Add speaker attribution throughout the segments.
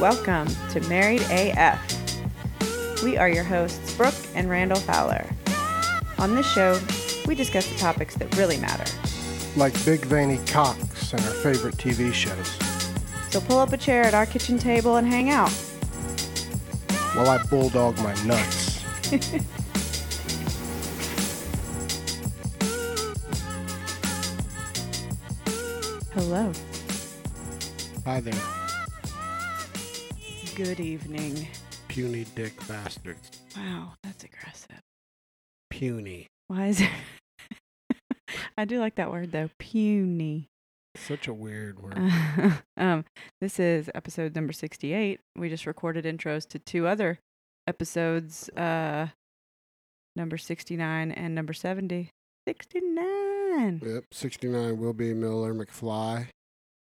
Speaker 1: Welcome to Married AF. We are your hosts, Brooke and Randall Fowler. On this show, we discuss the topics that really matter.
Speaker 2: like Big Veiny Cox and her favorite TV shows.
Speaker 1: So pull up a chair at our kitchen table and hang out.
Speaker 2: While I bulldog my nuts.
Speaker 1: Hello.
Speaker 2: Hi there,
Speaker 1: Good evening.
Speaker 2: puny dick bastards.
Speaker 1: Wow, that's aggressive.
Speaker 2: Puny.
Speaker 1: Why is it? I do like that word though, puny.
Speaker 2: Such a weird word.
Speaker 1: um, this is episode number 68. We just recorded intros to two other episodes, uh, number 69 and number 70. 69!
Speaker 2: Yep, 69 will be Miller McFly.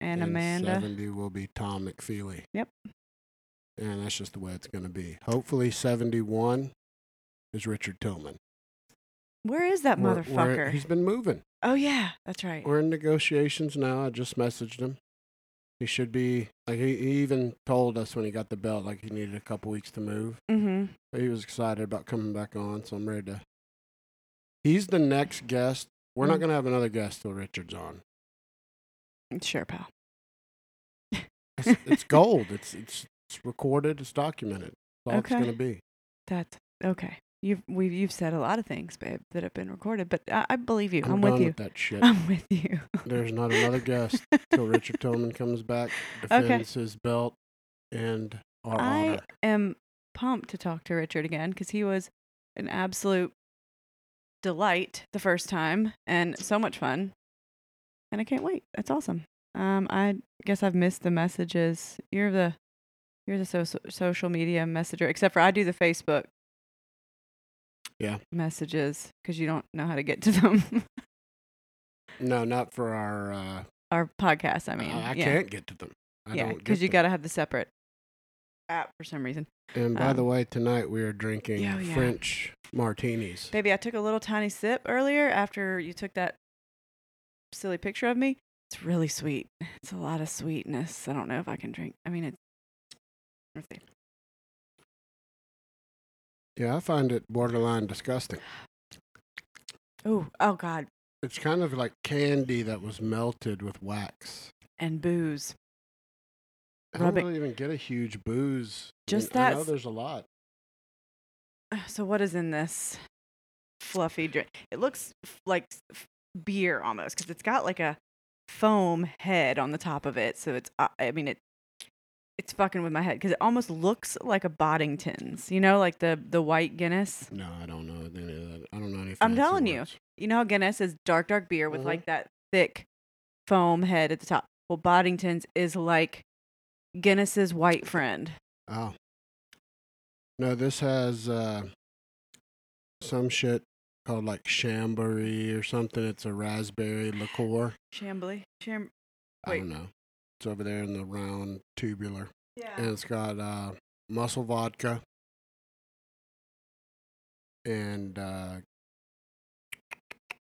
Speaker 1: And Amanda.
Speaker 2: 70 will be Tom McFeely.
Speaker 1: Yep.
Speaker 2: And that's just the way it's going to be. Hopefully, 71 is Richard Tillman.
Speaker 1: Where is that
Speaker 2: We're-
Speaker 1: motherfucker?
Speaker 2: we're- he's been moving.
Speaker 1: oh, yeah, that's right.
Speaker 2: We're in negotiations now. I just messaged him. He should be, like, he, he even told us when he got the belt, like, he needed a couple weeks to move.
Speaker 1: Mm-hmm.
Speaker 2: He was excited about coming back on, so I'm ready to. He's the next guest. We're not
Speaker 1: Mm.
Speaker 2: going to have another guest till Richard's on.
Speaker 1: Sure, pal.
Speaker 2: It's, it's gold. It's, it's it's recorded. It's documented. That's all
Speaker 1: Okay.
Speaker 2: it's going to be.
Speaker 1: That's okay. You've, we've, you've said a lot of things, babe, that have been recorded, but I, I believe you.
Speaker 2: I'm,
Speaker 1: I'm,
Speaker 2: done
Speaker 1: with you.
Speaker 2: that shit.
Speaker 1: I'm with you.
Speaker 2: There's not another guest till Richard Tillman comes back,
Speaker 1: Okay.
Speaker 2: defends his belt, and our
Speaker 1: I
Speaker 2: honor.
Speaker 1: am pumped to talk to Richard again because he was an absolute delight the first time and so much fun. And I can't wait. That's awesome. Um, I guess I've missed the messages. You're the you're the so- so- social media messenger, except for I do the Facebook.
Speaker 2: Yeah.
Speaker 1: Messages because you don't know how to get to them.
Speaker 2: No, not for our. Uh,
Speaker 1: Our podcast, I
Speaker 2: I
Speaker 1: mean,
Speaker 2: Uh, Oh, I,
Speaker 1: yeah,
Speaker 2: can't get to them. I
Speaker 1: yeah,
Speaker 2: don't get
Speaker 1: you
Speaker 2: them.
Speaker 1: got to have the separate app for some reason.
Speaker 2: And by the
Speaker 1: um, Oh,
Speaker 2: way, tonight we are drinking
Speaker 1: Yeah, yeah.
Speaker 2: French martinis.
Speaker 1: Baby, I took a little tiny sip earlier after you took that silly picture of me. It's really sweet. It's a lot of sweetness. I don't know if I can drink. I mean, it's. let's see.
Speaker 2: Yeah, I find it borderline disgusting.
Speaker 1: Oh, oh God,
Speaker 2: It's kind of like candy that was melted with wax.
Speaker 1: and booze.
Speaker 2: I don't
Speaker 1: Rubbing-
Speaker 2: really even get a huge booze. I
Speaker 1: Just
Speaker 2: mean, I know
Speaker 1: that's-
Speaker 2: there's a lot.
Speaker 1: Ugh, So what is in this fluffy drink? It looks f- like s- f- beer almost because it's got like a foam head on the top of it. So it's. uh, I mean it. It's fucking with my head because it almost looks like a Boddington's. You know, like the the white Guinness.
Speaker 2: No, I don't know any of that. I don't know any.
Speaker 1: I'm
Speaker 2: fancy
Speaker 1: telling you.
Speaker 2: words.
Speaker 1: you know how Guinness is dark, dark beer with
Speaker 2: Mhm.
Speaker 1: like that thick foam head at the top. Well, Boddington's is like Guinness's white friend.
Speaker 2: Oh. No, this has uh, some shit called like Chambéry or something. It's a raspberry liqueur.
Speaker 1: Chambly. Cham-
Speaker 2: I
Speaker 1: Wait.
Speaker 2: don't know. It's over there in the round tubular, and
Speaker 1: yeah.
Speaker 2: it's got uh, muscle vodka and uh,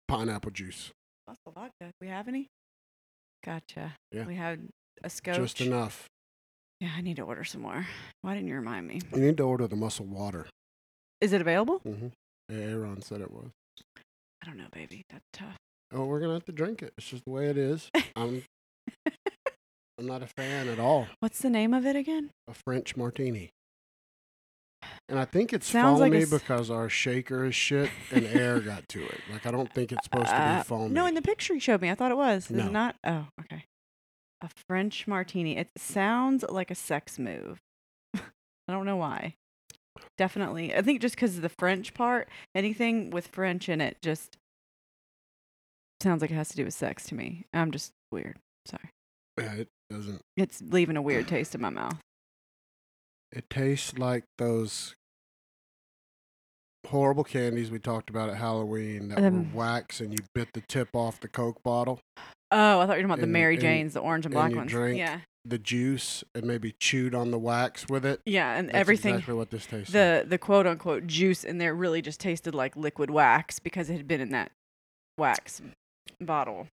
Speaker 2: pineapple juice.
Speaker 1: Muscle vodka. We have any? Gotcha.
Speaker 2: Yeah.
Speaker 1: We have a scotch.
Speaker 2: Just enough.
Speaker 1: yeah, I need to order some more. Why didn't you remind me?
Speaker 2: You need to order the muscle water.
Speaker 1: Is it available?
Speaker 2: Mm-hmm. Aaron said it was.
Speaker 1: I don't know, baby. That's tough.
Speaker 2: Oh, we're gonna have to drink it. It's just the way it is. I'm, I'm not a fan at all
Speaker 1: What's the name of it again?
Speaker 2: of French martini. And I think it's
Speaker 1: Sounds like
Speaker 2: foamy
Speaker 1: it's-
Speaker 2: because our shaker is shit and air got to it. Like I don't think it's supposed to
Speaker 1: Uh,
Speaker 2: be foamy.
Speaker 1: No, in the picture you showed me, I thought it was. Is
Speaker 2: No.
Speaker 1: it not? Oh, okay. A French martini. It sounds like a sex move. I don't know why. Definitely. I think just because of the French part, anything with French in it just sounds like it has to do with sex to me. I'm just weird. Sorry.
Speaker 2: Yeah, it doesn't.
Speaker 1: It's leaving a weird taste in my mouth.
Speaker 2: It tastes like those horrible candies we talked about at Halloween that
Speaker 1: Um,
Speaker 2: were wax and you bit the tip off the Coke bottle.
Speaker 1: Oh, I thought you were talking about the
Speaker 2: And-
Speaker 1: Mary
Speaker 2: and-
Speaker 1: Janes, the orange and
Speaker 2: and
Speaker 1: black
Speaker 2: you
Speaker 1: ones.
Speaker 2: drink-
Speaker 1: Yeah.
Speaker 2: the juice and maybe chewed on the wax with it.
Speaker 1: Yeah. And
Speaker 2: That's
Speaker 1: everything.
Speaker 2: exactly what this tastes like.
Speaker 1: the the quote unquote juice in there really just tasted like liquid wax because it had been in that wax bottle.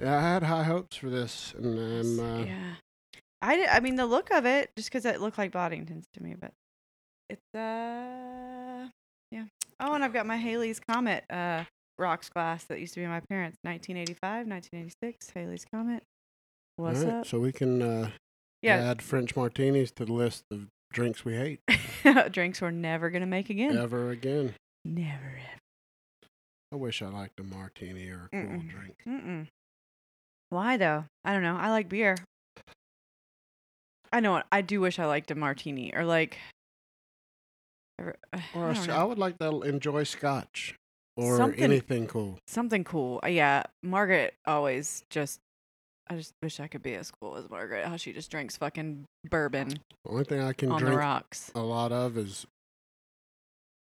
Speaker 2: Yeah, I had high hopes for this, and I'm uh,
Speaker 1: yeah, I, di- I mean the look of it, just because it looked like Boddingtons to me, but it's uh yeah. Oh, and I've got my Haley's Comet uh rocks glass that used to be my parents, 1985, 1986 Haley's Comet. What's
Speaker 2: Alright,
Speaker 1: up?
Speaker 2: So we can uh,
Speaker 1: Yeah,
Speaker 2: add French martinis to the list of drinks we hate
Speaker 1: drinks we're never gonna make again.
Speaker 2: ever again.
Speaker 1: Never ever.
Speaker 2: I wish I liked a martini or a cool
Speaker 1: Mm-mm. Mm,
Speaker 2: drink.
Speaker 1: Mm-mm. Why though? I don't know. I like beer. I know. what- I do wish I liked a martini or like. Or
Speaker 2: Or a oh
Speaker 1: I don't
Speaker 2: sc-
Speaker 1: know.
Speaker 2: I would like to enjoy scotch or
Speaker 1: Something-
Speaker 2: anything cool.
Speaker 1: something cool. Uh, Yeah, Margaret always just. I just wish I could be as cool as Margaret. How she just drinks fucking bourbon
Speaker 2: The only thing I can
Speaker 1: on the
Speaker 2: drink
Speaker 1: rocks,
Speaker 2: a lot of is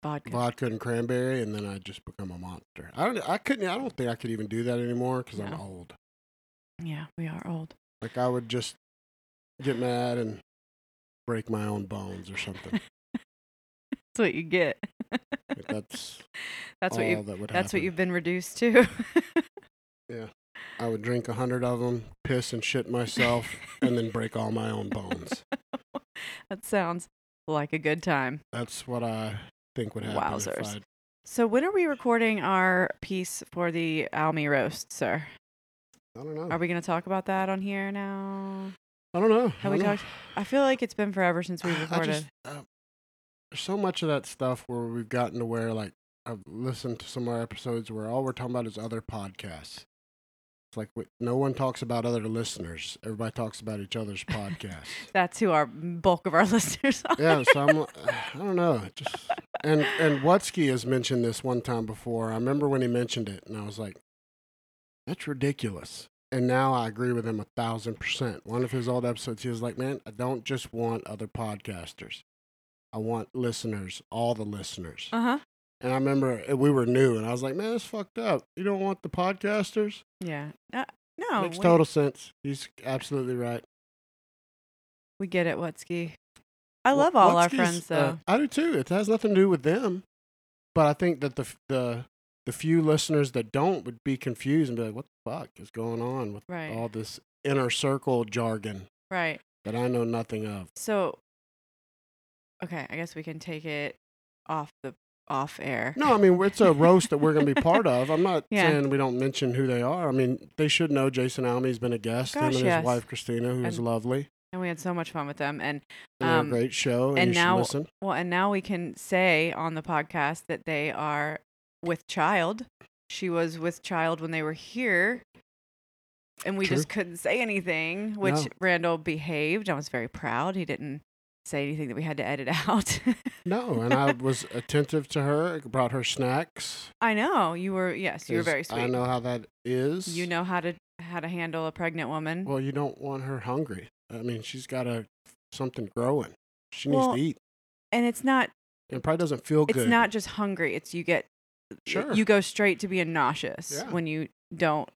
Speaker 1: vodka.
Speaker 2: vodka and cranberry, and then I just become a monster. I don't. I couldn't. I don't think I could even do that anymore because I'm
Speaker 1: No.
Speaker 2: old.
Speaker 1: yeah, we are old.
Speaker 2: Like I would just get mad and break my own bones or something.
Speaker 1: That's what you get.
Speaker 2: Like, that's
Speaker 1: That's
Speaker 2: all
Speaker 1: what you.
Speaker 2: that would
Speaker 1: That's what
Speaker 2: happen.
Speaker 1: you've been reduced to.
Speaker 2: I would drink a hundred of them, piss and shit myself, and then break all my own bones.
Speaker 1: that sounds like a good time.
Speaker 2: That's what I think would happen. if
Speaker 1: Wowzers.
Speaker 2: I'd-
Speaker 1: So when are we recording our piece for the Almy roast, sir?
Speaker 2: I don't know.
Speaker 1: Are we going to talk about that on here now?
Speaker 2: I don't know.
Speaker 1: Have
Speaker 2: I
Speaker 1: we
Speaker 2: don't know.
Speaker 1: talked? I feel like it's been forever since we
Speaker 2: I
Speaker 1: recorded.
Speaker 2: just, uh, there's so much of that stuff where we've gotten to where like I've listened to some of our episodes where all we're talking about is other podcasts. It's like we, no one talks about other listeners. Everybody talks about each other's podcasts.
Speaker 1: That's who our bulk of our listeners are.
Speaker 2: yeah, so I'm, I don't know. it Just and and Wutsky has mentioned this one time before. I remember when he mentioned it, and I was like, "That's ridiculous." And now I agree with him a thousand percent. One of his old episodes, he was like, "Man, I don't just want other podcasters. I want listeners, all the listeners."
Speaker 1: Uh huh.
Speaker 2: And I remember uh, we were new, and I was like, "Man, that's fucked up. You don't want the podcasters."
Speaker 1: Yeah. Uh, no.
Speaker 2: Makes
Speaker 1: we,
Speaker 2: total sense. He's absolutely right.
Speaker 1: we get it, Wutsky. I
Speaker 2: Wa-
Speaker 1: love all our
Speaker 2: Watsky's,
Speaker 1: friends though.
Speaker 2: uh, I do too. It has nothing to do with them, but I think that the f- the the few listeners that don't would be confused and be like, "What the fuck is going on with
Speaker 1: right.
Speaker 2: all this inner circle jargon
Speaker 1: right.
Speaker 2: that I know nothing of?"
Speaker 1: So. Okay, I guess we can take it off the off air.
Speaker 2: No, I mean it's a roast that we're going to be part of. I'm not
Speaker 1: Yeah.
Speaker 2: saying we don't mention who they are. I mean they should know. Jason Almey's been a guest. him
Speaker 1: Gosh,
Speaker 2: and his
Speaker 1: yes.
Speaker 2: wife Christina, who is
Speaker 1: And-
Speaker 2: lovely.
Speaker 1: And we had so much fun with them, and
Speaker 2: They're
Speaker 1: Um,
Speaker 2: a great show, and,
Speaker 1: and
Speaker 2: you should
Speaker 1: now-
Speaker 2: listen.
Speaker 1: Well, and now we can say on the podcast that they are with child. She was with child when they were here. And we just couldn't say anything, which
Speaker 2: No.
Speaker 1: Randall behaved. I was very proud. He didn't say anything that we had to edit out.
Speaker 2: No, and I was attentive to her. Brought her snacks.
Speaker 1: I know. You were yes, you were
Speaker 2: 'cause
Speaker 1: very sweet.
Speaker 2: I know how that is.
Speaker 1: You know how to how to handle a pregnant woman.
Speaker 2: Well, you don't want her hungry. I mean, she's got a something growing. She needs
Speaker 1: Well,
Speaker 2: to eat.
Speaker 1: and it's not
Speaker 2: It probably doesn't feel
Speaker 1: it's
Speaker 2: good.
Speaker 1: not just hungry, it's you get
Speaker 2: Sure.
Speaker 1: you go straight to being nauseous
Speaker 2: Yeah.
Speaker 1: when you don't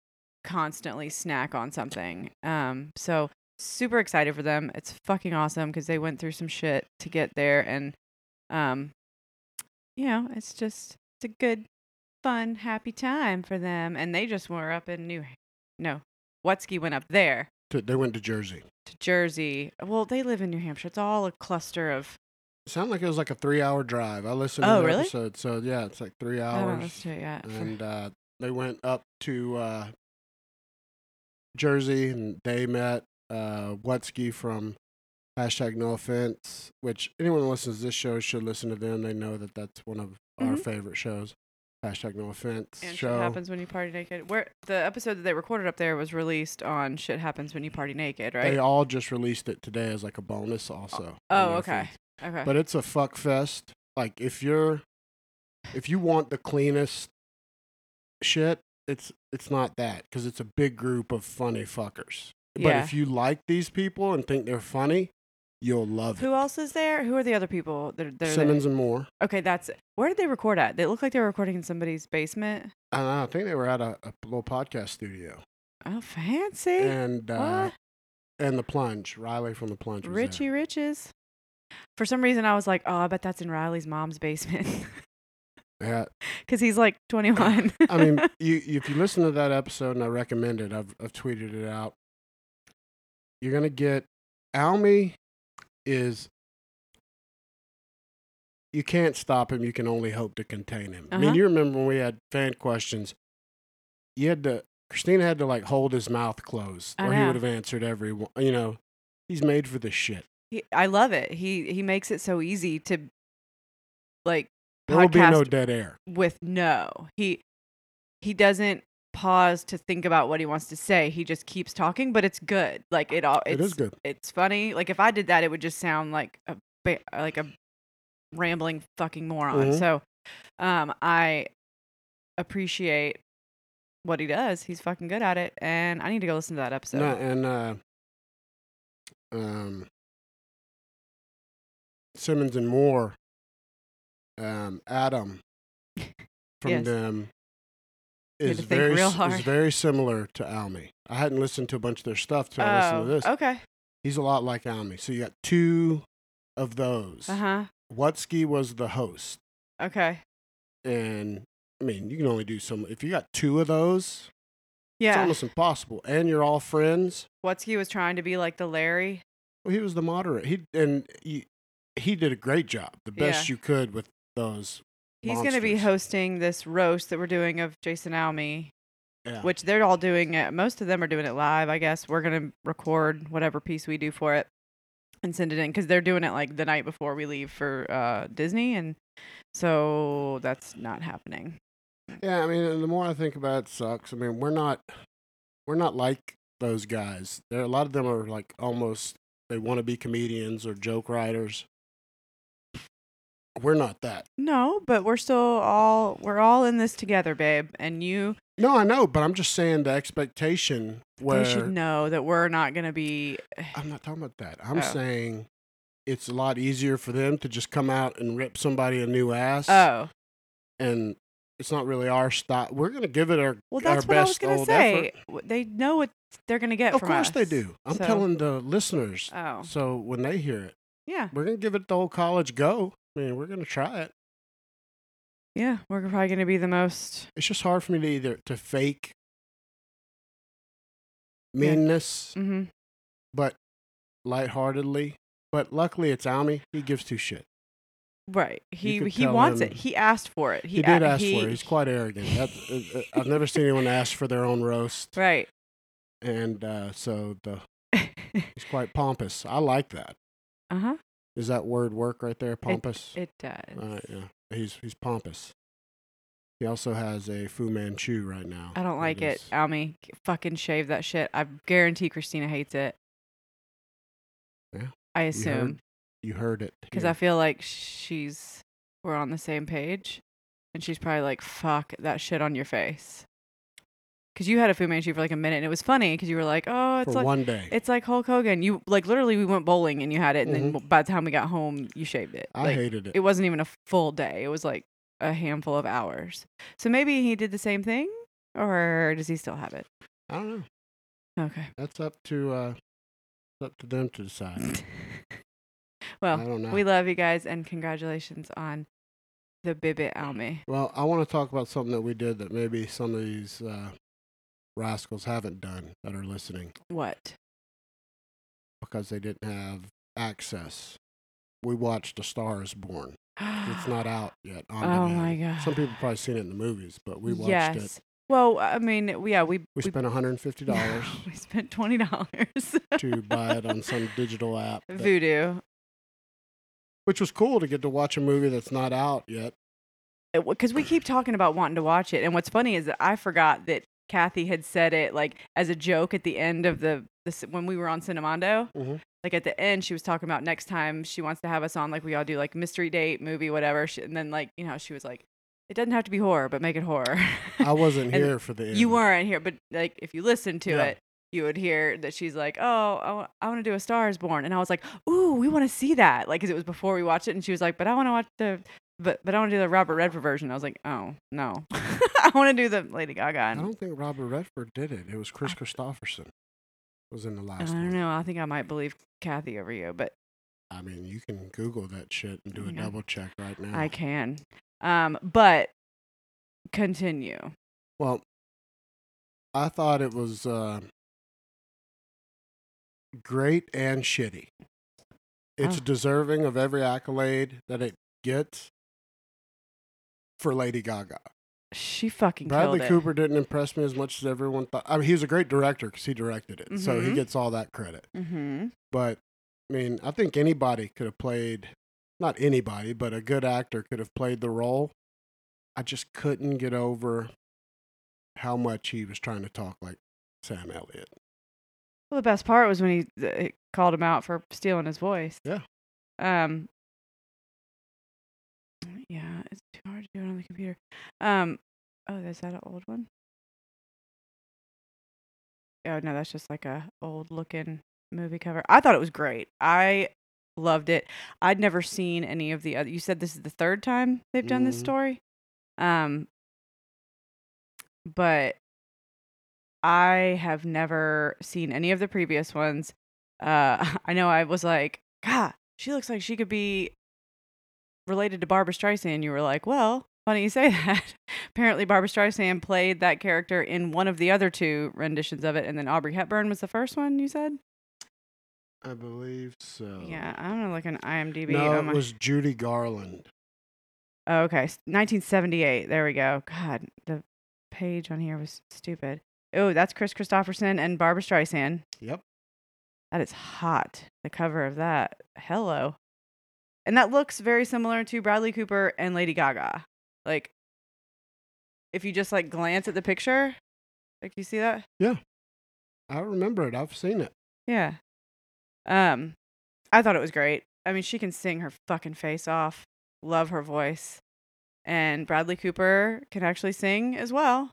Speaker 1: constantly snack on something. Um, so super excited for them. It's fucking awesome because they went through some shit to get there, and um, you know, it's just it's a good, fun, happy time for them. And they just were up in New, no, Watsky went up there
Speaker 2: To- they went to Jersey.
Speaker 1: to Jersey. Well, they live in New Hampshire. It's all a cluster of.
Speaker 2: It sounded like it was like a three-hour drive. I listened
Speaker 1: Oh,
Speaker 2: to the
Speaker 1: really? Oh,
Speaker 2: episode, so yeah, it's like three
Speaker 1: I don't know
Speaker 2: hours.
Speaker 1: if it's- yeah, for-
Speaker 2: and uh, they went up to uh, Jersey, and they met uh, Wutsky from hashtag No Offense, which anyone who listens to this show should listen to them. They know that that's one of our
Speaker 1: Mhm.
Speaker 2: favorite shows. Hashtag No Offense
Speaker 1: And
Speaker 2: show.
Speaker 1: shit happens when you party naked. Where the episode that they recorded up there was released on "Shit Happens When You Party Naked,"
Speaker 2: They
Speaker 1: right?
Speaker 2: all just released it today as like a bonus, also. on
Speaker 1: oh,
Speaker 2: their
Speaker 1: okay,
Speaker 2: feeds.
Speaker 1: okay.
Speaker 2: But it's a fuck fest. Like if you're, if you want the cleanest shit, it's it's not that because it's a big group of funny fuckers. But
Speaker 1: Yeah.
Speaker 2: if you like these people and think they're funny, you'll love
Speaker 1: Who else is there? Who are the other people that are, that
Speaker 2: it.
Speaker 1: are
Speaker 2: Simmons and Moore.
Speaker 1: there? Okay, that's it. where did they record at? They looked like they were recording in somebody's basement.
Speaker 2: And I think they were at a, a little podcast studio.
Speaker 1: Oh, fancy!
Speaker 2: And uh,
Speaker 1: What?
Speaker 2: and the plunge. Riley from the plunge. was there.
Speaker 1: Richie Riches. For some reason, I was like, oh, I bet that's in Riley's mom's basement
Speaker 2: Yeah,
Speaker 1: because he's like 21.
Speaker 2: I mean, you you- if you listen to that episode, and I recommend it, I've I've tweeted it out. You're gonna get Almy is you can't stop him. You can only hope to contain him. I mean,
Speaker 1: Uh-huh.
Speaker 2: you remember when we had fan questions? You had to Christina had to like hold his mouth closed,
Speaker 1: I
Speaker 2: or he
Speaker 1: know.
Speaker 2: would have answered every one. You know, he's made for this shit.
Speaker 1: He, I love it. He he makes it so easy to like
Speaker 2: There will be no
Speaker 1: Podcast-
Speaker 2: dead air.
Speaker 1: with no. He he doesn't pause to think about what he wants to say. He just keeps talking, but it's good. Like it all it's,
Speaker 2: It is good.
Speaker 1: It's funny. Like if I did that, it would just sound like a ba- like a rambling fucking moron.
Speaker 2: Mhm.
Speaker 1: So, um, I appreciate what he does. He's fucking good at it, and I need to go listen to that episode.
Speaker 2: No, and uh, um, Simmons and Moore, um, Adam from
Speaker 1: Yes.
Speaker 2: them
Speaker 1: You had
Speaker 2: is
Speaker 1: to think
Speaker 2: very
Speaker 1: real
Speaker 2: s- is
Speaker 1: hard.
Speaker 2: very similar to Almy. I hadn't listened to a bunch of their stuff till I listened to
Speaker 1: Oh,
Speaker 2: this.
Speaker 1: okay.
Speaker 2: He's a lot like Almy. So you got two of those.
Speaker 1: Uh huh.
Speaker 2: Watsky was the host,
Speaker 1: Okay.
Speaker 2: and I mean you can only do some. If you got two of those, it's
Speaker 1: Yeah.
Speaker 2: almost impossible. And you're all friends.
Speaker 1: Watsky was trying to be like the Larry.
Speaker 2: Well, he was the moderator. He and he, he did a great job, the best you could with those.
Speaker 1: He's going to be
Speaker 2: Monsters.
Speaker 1: hosting this roast that we're doing of Jason Almy.
Speaker 2: Yeah.
Speaker 1: which they're all doing it. Most of them are doing it live, I guess. We're going to record whatever piece we do for it and send it in because they're doing it like the night before we leave for uh, Disney. And so that's not happening.
Speaker 2: yeah, I mean, and the more I think about it, it sucks. I mean, we're not we're not like those guys. There a lot of them are like almost they want to be comedians or joke writers. We're not that.
Speaker 1: No, but we're still all, we're all in this together, babe. And you,
Speaker 2: No, I know, but I'm just saying the expectation
Speaker 1: they should
Speaker 2: where
Speaker 1: know that we're not going to be,
Speaker 2: I'm not talking about that. I'm
Speaker 1: Oh.
Speaker 2: saying it's a lot easier for them to just come out and rip somebody a new ass.
Speaker 1: oh,
Speaker 2: and it's not really our style. We're gonna give it our
Speaker 1: well, that's
Speaker 2: our
Speaker 1: what I was
Speaker 2: best
Speaker 1: going to
Speaker 2: old
Speaker 1: say. W- They know what they're going to get
Speaker 2: effort. Of
Speaker 1: from
Speaker 2: course
Speaker 1: us.
Speaker 2: they do. I'm
Speaker 1: So-
Speaker 2: telling the listeners.
Speaker 1: Oh,
Speaker 2: So when they hear it,
Speaker 1: yeah.
Speaker 2: we're gonna give it the whole college go. I mean, we're gonna try it.
Speaker 1: Yeah. We're probably going to be the most,
Speaker 2: It's just hard for me to either to fake meanness,
Speaker 1: hmm
Speaker 2: but lightheartedly. But luckily, it's Almy. He gives two shit.
Speaker 1: Right. He
Speaker 2: could
Speaker 1: he
Speaker 2: tell
Speaker 1: wants
Speaker 2: him-
Speaker 1: it. He asked for it.
Speaker 2: He,
Speaker 1: He,
Speaker 2: did
Speaker 1: a-
Speaker 2: ask
Speaker 1: he-
Speaker 2: for it. He's quite arrogant. That, uh, uh, I've never seen anyone ask for their own roast,
Speaker 1: Right.
Speaker 2: and uh, so the, he's quite pompous. I like that.
Speaker 1: Uh huh.
Speaker 2: Is that word work right there? Pompous.
Speaker 1: It does.
Speaker 2: All right, yeah. He's he's pompous. He also has a Fu Manchu right now.
Speaker 1: I don't like it.
Speaker 2: is-
Speaker 1: Almy, g- fucking shave that shit. I guarantee Christina hates it.
Speaker 2: Yeah,
Speaker 1: I
Speaker 2: you heard-
Speaker 1: assume
Speaker 2: You heard it.
Speaker 1: because
Speaker 2: here.
Speaker 1: I feel like she's we're on the same page, and she's probably like, "Fuck that shit on your face." Because you had a Fu Manchu for like a minute, and it was funny because you were like, "Oh, it's
Speaker 2: for
Speaker 1: like
Speaker 2: one day.
Speaker 1: it's like Hulk Hogan." You like literally we went bowling and you had it, and then
Speaker 2: Mhm.
Speaker 1: w- by the time we got home, you shaved it.
Speaker 2: I
Speaker 1: Like,
Speaker 2: hated it.
Speaker 1: it wasn't even a full day. It was like a handful of hours. So maybe he did the same thing, or does he still have it?
Speaker 2: I don't know.
Speaker 1: Okay.
Speaker 2: That's up to uh, it's up to them to decide. I
Speaker 1: well,
Speaker 2: don't know.
Speaker 1: we love you guys, and congratulations on the Bibbit Almy.
Speaker 2: well, I want to talk about something that we did that maybe some of these uh, rascals haven't done that are listening
Speaker 1: What?
Speaker 2: because they didn't have access. We watched A Star Is Born. It's not out yet. On
Speaker 1: Oh
Speaker 2: demand.
Speaker 1: my god.
Speaker 2: Some people probably seen it in the movies, but we watched
Speaker 1: yes.
Speaker 2: it.
Speaker 1: Well, I mean, we- yeah, we
Speaker 2: We spent one hundred and fifty dollars
Speaker 1: we spent twenty dollars.
Speaker 2: to buy it on some digital app, that-
Speaker 1: Voodoo.
Speaker 2: which was cool to get to watch a movie that's not out yet.
Speaker 1: because we keep talking about wanting to watch it and what's funny is that i forgot that kathy had said it like as a joke at the end of the, the c- when we were on cinemondo
Speaker 2: Mhm.
Speaker 1: like at the end she was talking about next time she wants to have us on like we all do like mystery date movie whatever she, and then like you know she was like it doesn't have to be horror but make it horror
Speaker 2: I wasn't
Speaker 1: And
Speaker 2: here for the end.
Speaker 1: you weren't here but like if you listen to
Speaker 2: Yeah.
Speaker 1: it you would hear that she's like oh I want to do a star is born and i was like ooh we want to see that like because it was before we watched it and she was like but i want to watch the but but i want to do the robert redford version i was like oh no i want to do the lady gaga
Speaker 2: I
Speaker 1: and,
Speaker 2: don't think Robert Redford did it. It was Chris Christopherson. Was in the
Speaker 1: I
Speaker 2: last
Speaker 1: don't
Speaker 2: one.
Speaker 1: know i think i might believe kathy over you but
Speaker 2: I mean, you can Google that shit and do a
Speaker 1: I know.
Speaker 2: double check right now.
Speaker 1: Oh i can um but continue
Speaker 2: Well, I thought it was uh, great and shitty. It's
Speaker 1: Oh.
Speaker 2: deserving of every accolade that it gets for Lady Gaga.
Speaker 1: She fucking
Speaker 2: Bradley
Speaker 1: killed it.
Speaker 2: Cooper didn't impress me as much as everyone thought. I mean, he was a great director because he directed it, so he
Speaker 1: Mhm.
Speaker 2: gets all that credit.
Speaker 1: Mm-hmm.
Speaker 2: But I mean, I think anybody could have played, not anybody, but a good actor could have played the role. I just couldn't get over how much he was trying to talk like Sam Elliott.
Speaker 1: Well, the best part was when he uh, called him out for stealing his voice.
Speaker 2: Yeah.
Speaker 1: Um. Yeah, it's too hard to do it on the computer. Um. Oh, is that an old one? Oh no, that's just like a old looking movie cover. I thought it was great. I loved it. I'd never seen any of the other. You said this is the third time they've done this
Speaker 2: Mhm.
Speaker 1: story. Um. But I have never seen any of the previous ones. Uh, I know I was like, God, she looks like she could be related to Barbara Streisand. You were like, Well, funny you say that. Apparently, Barbara Streisand played that character in one of the other two renditions of it, and then Aubrey Hepburn was the first one you said.
Speaker 2: I believe so.
Speaker 1: Yeah, I'm gonna look on IMDb.
Speaker 2: Oh. No,
Speaker 1: oh
Speaker 2: it
Speaker 1: my-
Speaker 2: was Judy Garland.
Speaker 1: Oh, okay, s- 1978. There we go. God, the page on here was stupid. Oh, that's Chris Christopherson and Barbara Streisand.
Speaker 2: Yep.
Speaker 1: That is hot. The cover of that. Hello. And that looks very similar to Bradley Cooper and Lady Gaga. Like if you just like glance at the picture, like you see that?
Speaker 2: I remember it. I've seen it.
Speaker 1: Yeah. Um I thought it was great. I mean, she can sing her fucking face off. Love her voice. And Bradley Cooper can actually sing as well.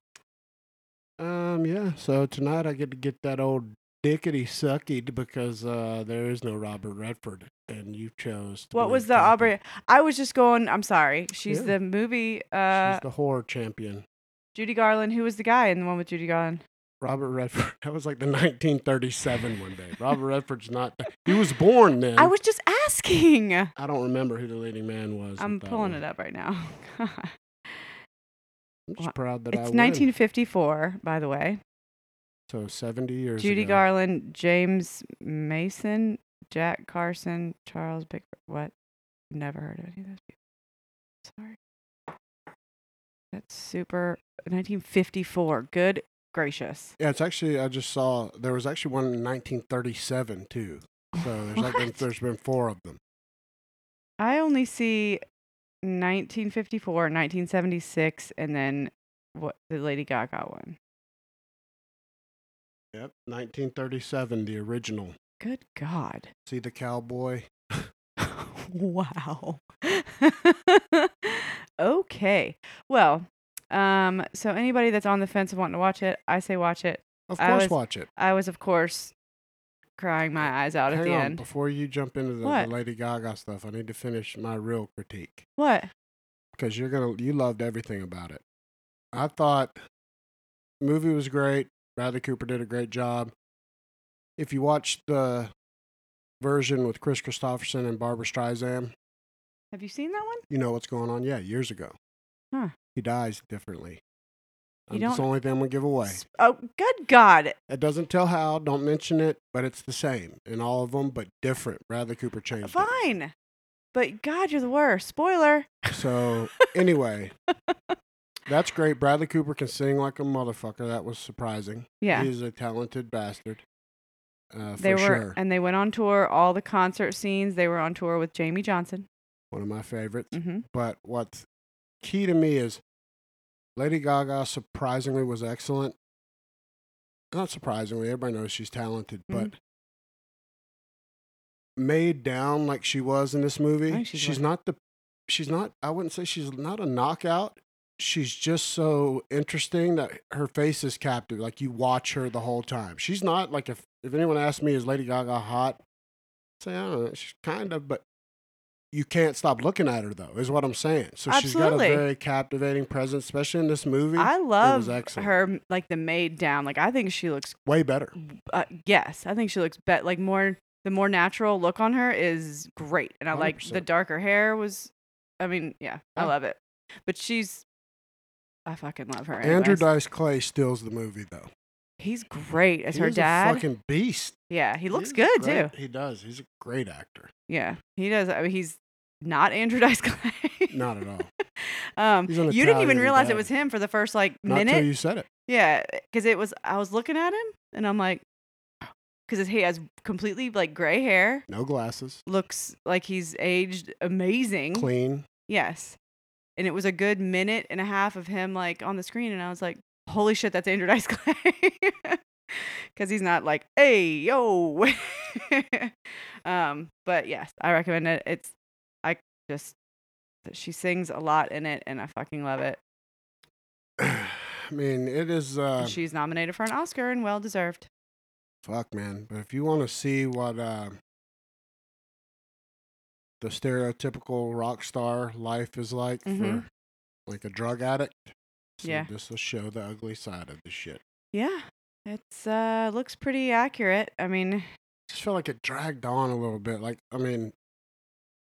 Speaker 2: Um, yeah. So tonight I get to get that old dickety suckied because uh, there is no Robert Redford, and you chose. to
Speaker 1: What
Speaker 2: believe
Speaker 1: was the
Speaker 2: Kathy.
Speaker 1: Aubrey? I was just going, I'm sorry. She's
Speaker 2: Yeah.
Speaker 1: the movie uh
Speaker 2: She's the horror champion.
Speaker 1: Judy Garland. Who was the guy in the one with Judy Garland?
Speaker 2: Robert Redford. That was like the 1937 one day. Robert Redford's not. He was born then.
Speaker 1: I was just asking.
Speaker 2: I don't remember who the leading man was. with
Speaker 1: I'm
Speaker 2: that
Speaker 1: pulling
Speaker 2: one.
Speaker 1: it up right now.
Speaker 2: I'm
Speaker 1: Well,
Speaker 2: just proud that I
Speaker 1: it's
Speaker 2: win.
Speaker 1: 1954, by the way.
Speaker 2: So 70 years.
Speaker 1: Judy
Speaker 2: ago.
Speaker 1: Garland, James Mason, Jack Carson, Charles Bickford. What? Never heard of any of those people. Sorry. That's super. 1954. Good gracious.
Speaker 2: Yeah, it's actually I just saw there was actually one in 1937 too. So there's like been,
Speaker 1: What?
Speaker 2: there's been four of them.
Speaker 1: I only see 1954, 1976, and then what the Lady Gaga one.
Speaker 2: Yep, 1937, the original.
Speaker 1: Good God.
Speaker 2: See the cowboy.
Speaker 1: wow. okay. Well, um, so anybody that's on the fence and wanting to watch it, I say watch it.
Speaker 2: Of
Speaker 1: I
Speaker 2: course,
Speaker 1: was
Speaker 2: watch it.
Speaker 1: I was, of course, crying my eyes out at
Speaker 2: Hang
Speaker 1: the
Speaker 2: on,
Speaker 1: end.
Speaker 2: before you jump into the, the
Speaker 1: What?
Speaker 2: Lady Gaga stuff, I need to finish my real critique
Speaker 1: What?
Speaker 2: because you're gonna you loved everything about it. I thought movie was great. Bradley Cooper did a great job. If you watch the version with Chris Christopherson and Barbara Streisand,
Speaker 1: Have you seen that one?
Speaker 2: you know what's going on. Yeah, years ago.
Speaker 1: Huh.
Speaker 2: He dies differently.
Speaker 1: You
Speaker 2: Um, That's the
Speaker 1: don't-
Speaker 2: only thing we give away.
Speaker 1: S- Oh, good God.
Speaker 2: It doesn't tell how. Don't mention it. But it's the same in all of them, but different. Bradley Cooper changed. it.
Speaker 1: Fine. But God, you're the worst. Spoiler.
Speaker 2: So anyway, that's great. Bradley Cooper can sing like a motherfucker. That was surprising.
Speaker 1: Yeah.
Speaker 2: he's a talented bastard. Uh, for
Speaker 1: they were,
Speaker 2: sure,
Speaker 1: and they went on tour, all the concert scenes. They were on tour with Jamie Johnson.
Speaker 2: one of my favorites.
Speaker 1: Mm-hmm.
Speaker 2: But what's key to me is Lady Gaga surprisingly was excellent. Not surprisingly, everybody knows she's talented,
Speaker 1: Mhm.
Speaker 2: but made down like she was in this movie.
Speaker 1: I think
Speaker 2: she's
Speaker 1: she's like-
Speaker 2: not the she's not I wouldn't say she's not a knockout. She's just so interesting that her face is captive. Like you watch her the whole time. She's not like if if anyone asks me is Lady Gaga hot, I'd say I don't know. She's kind of, but you can't stop looking at her though. Is what I'm saying. So she's got
Speaker 1: Absolutely.
Speaker 2: a very captivating presence, especially in this movie.
Speaker 1: I love
Speaker 2: excellent.
Speaker 1: her, like the maid down. Like, I think she looks
Speaker 2: Way better.
Speaker 1: uh, yes, I think she looks bet like more the more natural look on her is great, and I like the
Speaker 2: 100%.
Speaker 1: darker hair was. I mean, yeah, I
Speaker 2: Yeah.
Speaker 1: love it, but she's. I fucking love her.
Speaker 2: Andrew
Speaker 1: anyways.
Speaker 2: Dice Clay steals the movie though.
Speaker 1: He's great as
Speaker 2: He
Speaker 1: her
Speaker 2: is
Speaker 1: dad.
Speaker 2: a fucking beast.
Speaker 1: yeah, he looks
Speaker 2: is
Speaker 1: good
Speaker 2: great.
Speaker 1: too.
Speaker 2: He does. He's a great actor.
Speaker 1: Yeah, he does. I mean, he's not Andrew Dice Clay.
Speaker 2: Not at all.
Speaker 1: um,
Speaker 2: He's an
Speaker 1: you didn't even
Speaker 2: Italian
Speaker 1: realize
Speaker 2: guy.
Speaker 1: it was him for the first like
Speaker 2: Not
Speaker 1: minute.
Speaker 2: until you said it.
Speaker 1: Yeah, because it was. I was looking at him, and I'm like, because he has completely like gray hair,
Speaker 2: No glasses.
Speaker 1: looks like he's aged amazing.
Speaker 2: Clean.
Speaker 1: Yes, and it was a good minute and a half of him like on the screen, and I was like, holy shit, that's Andrew Dice Clay, because he's not like, hey yo. um, but yes, I recommend it. It's I just she sings a lot in it, and I fucking love it.
Speaker 2: I mean, it is. Uh,
Speaker 1: And She's nominated for an Oscar and well deserved.
Speaker 2: fuck, man. But if you want to see what uh, the stereotypical rock star life is like
Speaker 1: Mhm.
Speaker 2: for like a drug addict, so
Speaker 1: Yeah.
Speaker 2: this will show the ugly side of the shit.
Speaker 1: Yeah, it's uh looks pretty accurate. I mean,
Speaker 2: just feel like it dragged on a little bit. Like, I mean,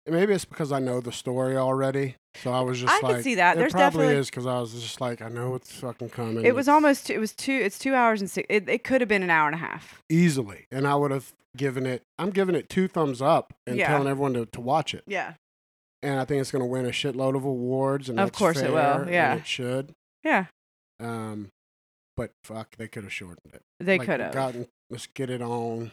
Speaker 2: maybe it's because I know the story already. So I was just
Speaker 1: I
Speaker 2: like,
Speaker 1: could see that.
Speaker 2: It
Speaker 1: There's
Speaker 2: probably
Speaker 1: definitely
Speaker 2: is because I was just like, I know it's fucking coming.
Speaker 1: it was
Speaker 2: It's
Speaker 1: almost it was two it's two hours and six. It, it could have been an hour and a half.
Speaker 2: easily, and I would have given it. I'm giving it two thumbs up and
Speaker 1: Yeah.
Speaker 2: telling everyone to, to watch it.
Speaker 1: Yeah,
Speaker 2: And I think it's going to win a shitload of awards. And
Speaker 1: Of
Speaker 2: that's
Speaker 1: course it will,
Speaker 2: fair, and
Speaker 1: yeah.
Speaker 2: it should.
Speaker 1: yeah,
Speaker 2: Um, but fuck, they could have shortened it.
Speaker 1: they
Speaker 2: Like,
Speaker 1: could have.
Speaker 2: gotten. Let's get it on.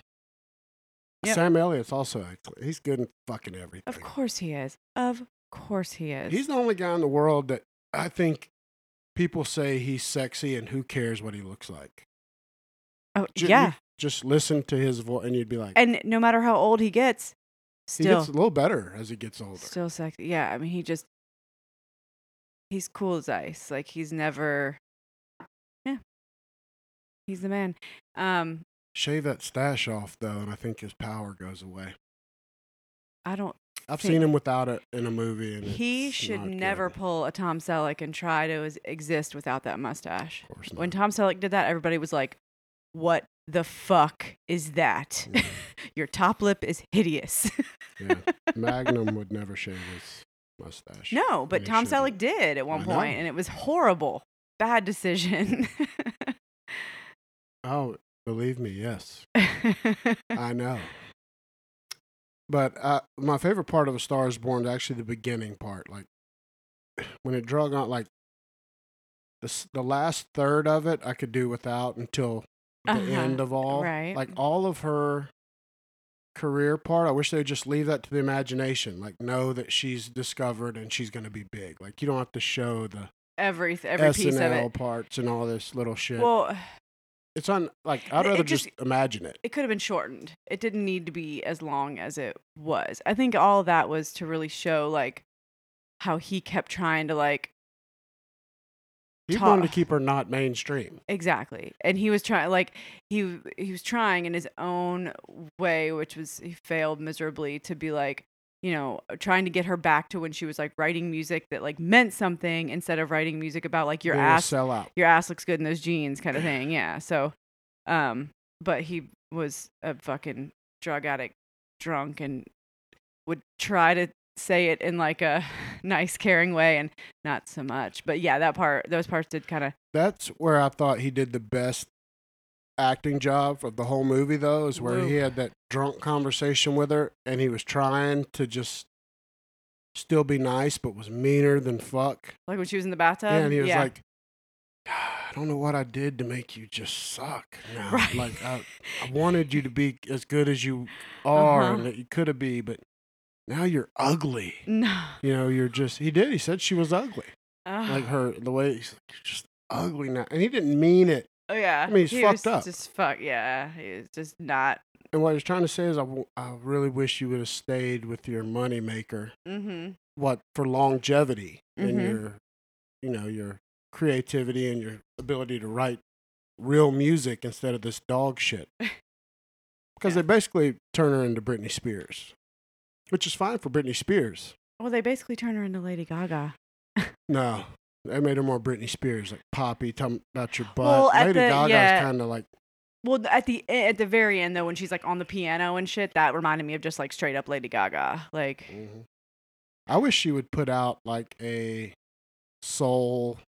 Speaker 1: Yep.
Speaker 2: Sam Elliott's also he's good in fucking everything.
Speaker 1: Of course he is. Of course he is.
Speaker 2: He's the only guy in the world that I think people say he's sexy and who cares what he looks like.
Speaker 1: oh,
Speaker 2: Ju- you
Speaker 1: yeah,
Speaker 2: just listen to his voice and you'd be like,
Speaker 1: and no matter how old he gets,
Speaker 2: he
Speaker 1: still
Speaker 2: gets a little better as he gets older.
Speaker 1: still sexy. Yeah, I mean he just he's cool as ice. Like he's never. Yeah, he's the man. Um,
Speaker 2: Shave that stash off though, and I think his power goes away.
Speaker 1: I don't
Speaker 2: I've
Speaker 1: Think-
Speaker 2: seen him without it in a movie, and
Speaker 1: He
Speaker 2: it's
Speaker 1: should
Speaker 2: not good.
Speaker 1: never pull a Tom Selleck and try to is- exist without that mustache.
Speaker 2: Of course
Speaker 1: When
Speaker 2: not.
Speaker 1: Tom Selleck did that, everybody was like, "What the fuck is that?
Speaker 2: Yeah.
Speaker 1: Your top lip is hideous."
Speaker 2: yeah. Magnum would never shave his mustache.
Speaker 1: no, but
Speaker 2: They
Speaker 1: Tom
Speaker 2: shouldn't.
Speaker 1: Selleck did at one
Speaker 2: I
Speaker 1: point,
Speaker 2: know.
Speaker 1: and it was horrible. Bad decision.
Speaker 2: Oh, believe me, yes, I know. But uh, my favorite part of A Star Is Born is actually the beginning part, like when it drug on, like the s- the last third of it, I could do without until the
Speaker 1: Uh-huh,
Speaker 2: end of all.
Speaker 1: right.
Speaker 2: Like all of her career part, I wish they would just leave that to the imagination. Like know that she's discovered and she's going to be big. Like you don't have to show the
Speaker 1: every every
Speaker 2: SNL
Speaker 1: piece of it.
Speaker 2: parts and all this little shit.
Speaker 1: Well,
Speaker 2: it's on. Like I'd
Speaker 1: it
Speaker 2: rather
Speaker 1: just-
Speaker 2: just imagine it.
Speaker 1: it could have been shortened. It didn't need to be as long as it was. I think all that was to really show like how he kept trying to like
Speaker 2: He
Speaker 1: Ta-
Speaker 2: wanted to keep her not mainstream.
Speaker 1: exactly, and he was trying like he he was trying in his own way, which was he failed miserably to be like you know trying to get her back to when she was like writing music that like meant something instead of writing music about like your
Speaker 2: Being a
Speaker 1: ass
Speaker 2: sellout.
Speaker 1: your ass looks good in those jeans kind of thing. Yeah. So, um, but he was a fucking drug addict, drunk, and would try to say it in like a nice, caring way, and not so much. But yeah, that part, those parts did kind of
Speaker 2: That's where I thought he did the best acting job of the whole movie, though, is where he
Speaker 1: Whoa.
Speaker 2: had that drunk conversation with her and he was trying to just still be nice, but was meaner than fuck.
Speaker 1: like when she was in the bathtub.
Speaker 2: Yeah, and he was like, "Ah, I don't know what I did to make you just suck now.
Speaker 1: Right.
Speaker 2: Like, I, I wanted you to be as good as you are
Speaker 1: Uh-huh.
Speaker 2: and that you could have be, but now you're ugly.
Speaker 1: no,
Speaker 2: You know, you're just, he did. He said she was ugly.
Speaker 1: Ugh.
Speaker 2: Like her, the way he's like, "You're just ugly now. And he didn't mean it.
Speaker 1: oh yeah,
Speaker 2: I mean, he's
Speaker 1: he
Speaker 2: fucked
Speaker 1: was
Speaker 2: up.
Speaker 1: Just fuck, yeah, he was just not.
Speaker 2: And what I was trying to say is, I, w- I really wish you would have stayed with your moneymaker.
Speaker 1: Mm-hmm.
Speaker 2: What for longevity and
Speaker 1: Mhm.
Speaker 2: your, you know, your creativity and your ability to write real music instead of this dog shit. Because
Speaker 1: Yeah.
Speaker 2: they basically turn her into Britney Spears, which is fine for Britney Spears.
Speaker 1: Well, they basically turned her into Lady Gaga.
Speaker 2: No, they made her more Britney Spears, like Poppy, talking about your butt.
Speaker 1: Well, at
Speaker 2: Lady
Speaker 1: the-
Speaker 2: Gaga's
Speaker 1: yeah.
Speaker 2: kind of like
Speaker 1: Well, th- at the e- at the very end though, when she's like on the piano and shit, that reminded me of just like straight up Lady Gaga. Like,
Speaker 2: Mhm. I wish she would put out like a soul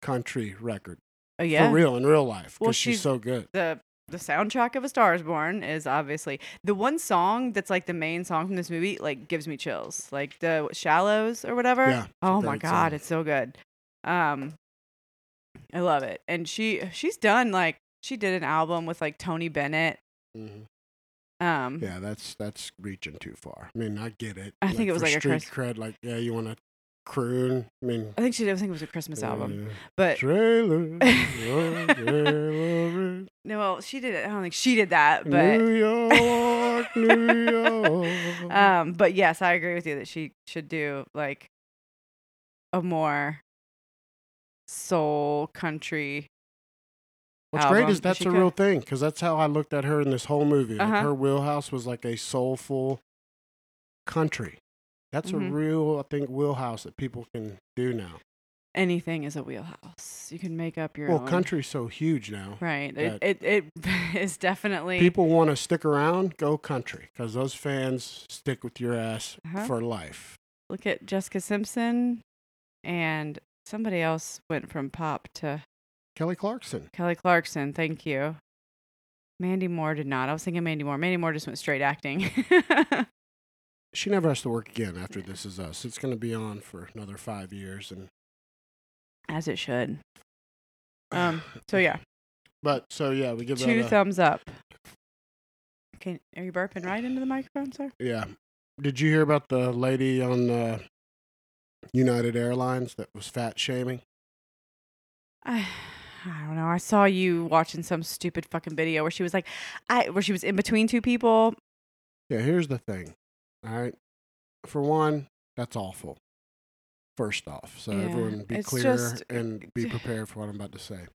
Speaker 2: country record
Speaker 1: Oh yeah.
Speaker 2: for real in real life because
Speaker 1: Well,
Speaker 2: she's,
Speaker 1: she's-
Speaker 2: so good.
Speaker 1: The the soundtrack of A Star Is Born is obviously the one song that's like the main song from this movie. Like gives me chills. Like the Shallows or whatever.
Speaker 2: Yeah, it's a
Speaker 1: Oh my
Speaker 2: great
Speaker 1: god,
Speaker 2: song.
Speaker 1: it's so good. Um, I love it. And she she's done like she did an album with like Tony Bennett.
Speaker 2: Mhm.
Speaker 1: Mm-hmm. Um,
Speaker 2: Yeah, that's that's reaching too far. I mean, I get it.
Speaker 1: I think it was
Speaker 2: for
Speaker 1: like a
Speaker 2: street
Speaker 1: Chris-
Speaker 2: cred. Like, yeah, you want to croon. I mean,
Speaker 1: I think she did. I think it was a Christmas album,
Speaker 2: yeah.
Speaker 1: but
Speaker 2: Trailer, oh, trailer, it.
Speaker 1: no, well, she did it. I don't think she did that, but
Speaker 2: New York, New York.
Speaker 1: um but yes i agree with you that she should do like a more soul country
Speaker 2: What's great
Speaker 1: album,
Speaker 2: is
Speaker 1: but
Speaker 2: that's
Speaker 1: she
Speaker 2: a
Speaker 1: could-
Speaker 2: real thing because that's how I looked at her in this whole movie. Like,
Speaker 1: Uh-huh.
Speaker 2: her wheelhouse was like a soulful country. That's
Speaker 1: Mhm.
Speaker 2: a real, I think, wheelhouse that people can do now.
Speaker 1: anything is a wheelhouse you can make up your
Speaker 2: Well,
Speaker 1: own
Speaker 2: country's so huge now.
Speaker 1: right
Speaker 2: that-
Speaker 1: it, it it is definitely
Speaker 2: People want to stick around, go country because those fans stick with your ass
Speaker 1: Uh-huh.
Speaker 2: for life.
Speaker 1: look at jessica simpson and somebody else went from pop to
Speaker 2: Kelly Clarkson.
Speaker 1: kelly clarkson thank you mandy moore did not i was thinking mandy moore mandy moore just went straight acting
Speaker 2: She never has to work again after This Is Us. It's going to be on for another five years. And
Speaker 1: as it should um so yeah
Speaker 2: But so yeah, we give
Speaker 1: two
Speaker 2: that. A,
Speaker 1: thumbs up. Can are you burping right into the microphone, sir?
Speaker 2: yeah. Did you hear about the lady on uh, United Airlines that was fat shaming?
Speaker 1: I, I don't know. I saw you watching some stupid fucking video where she was like, I where she was in between two people.
Speaker 2: Yeah. Here's the thing. All right. For one, that's awful. First off, so
Speaker 1: Yeah,
Speaker 2: everyone be
Speaker 1: it's
Speaker 2: clear
Speaker 1: just- eh,
Speaker 2: and be prepared for what I'm about to say.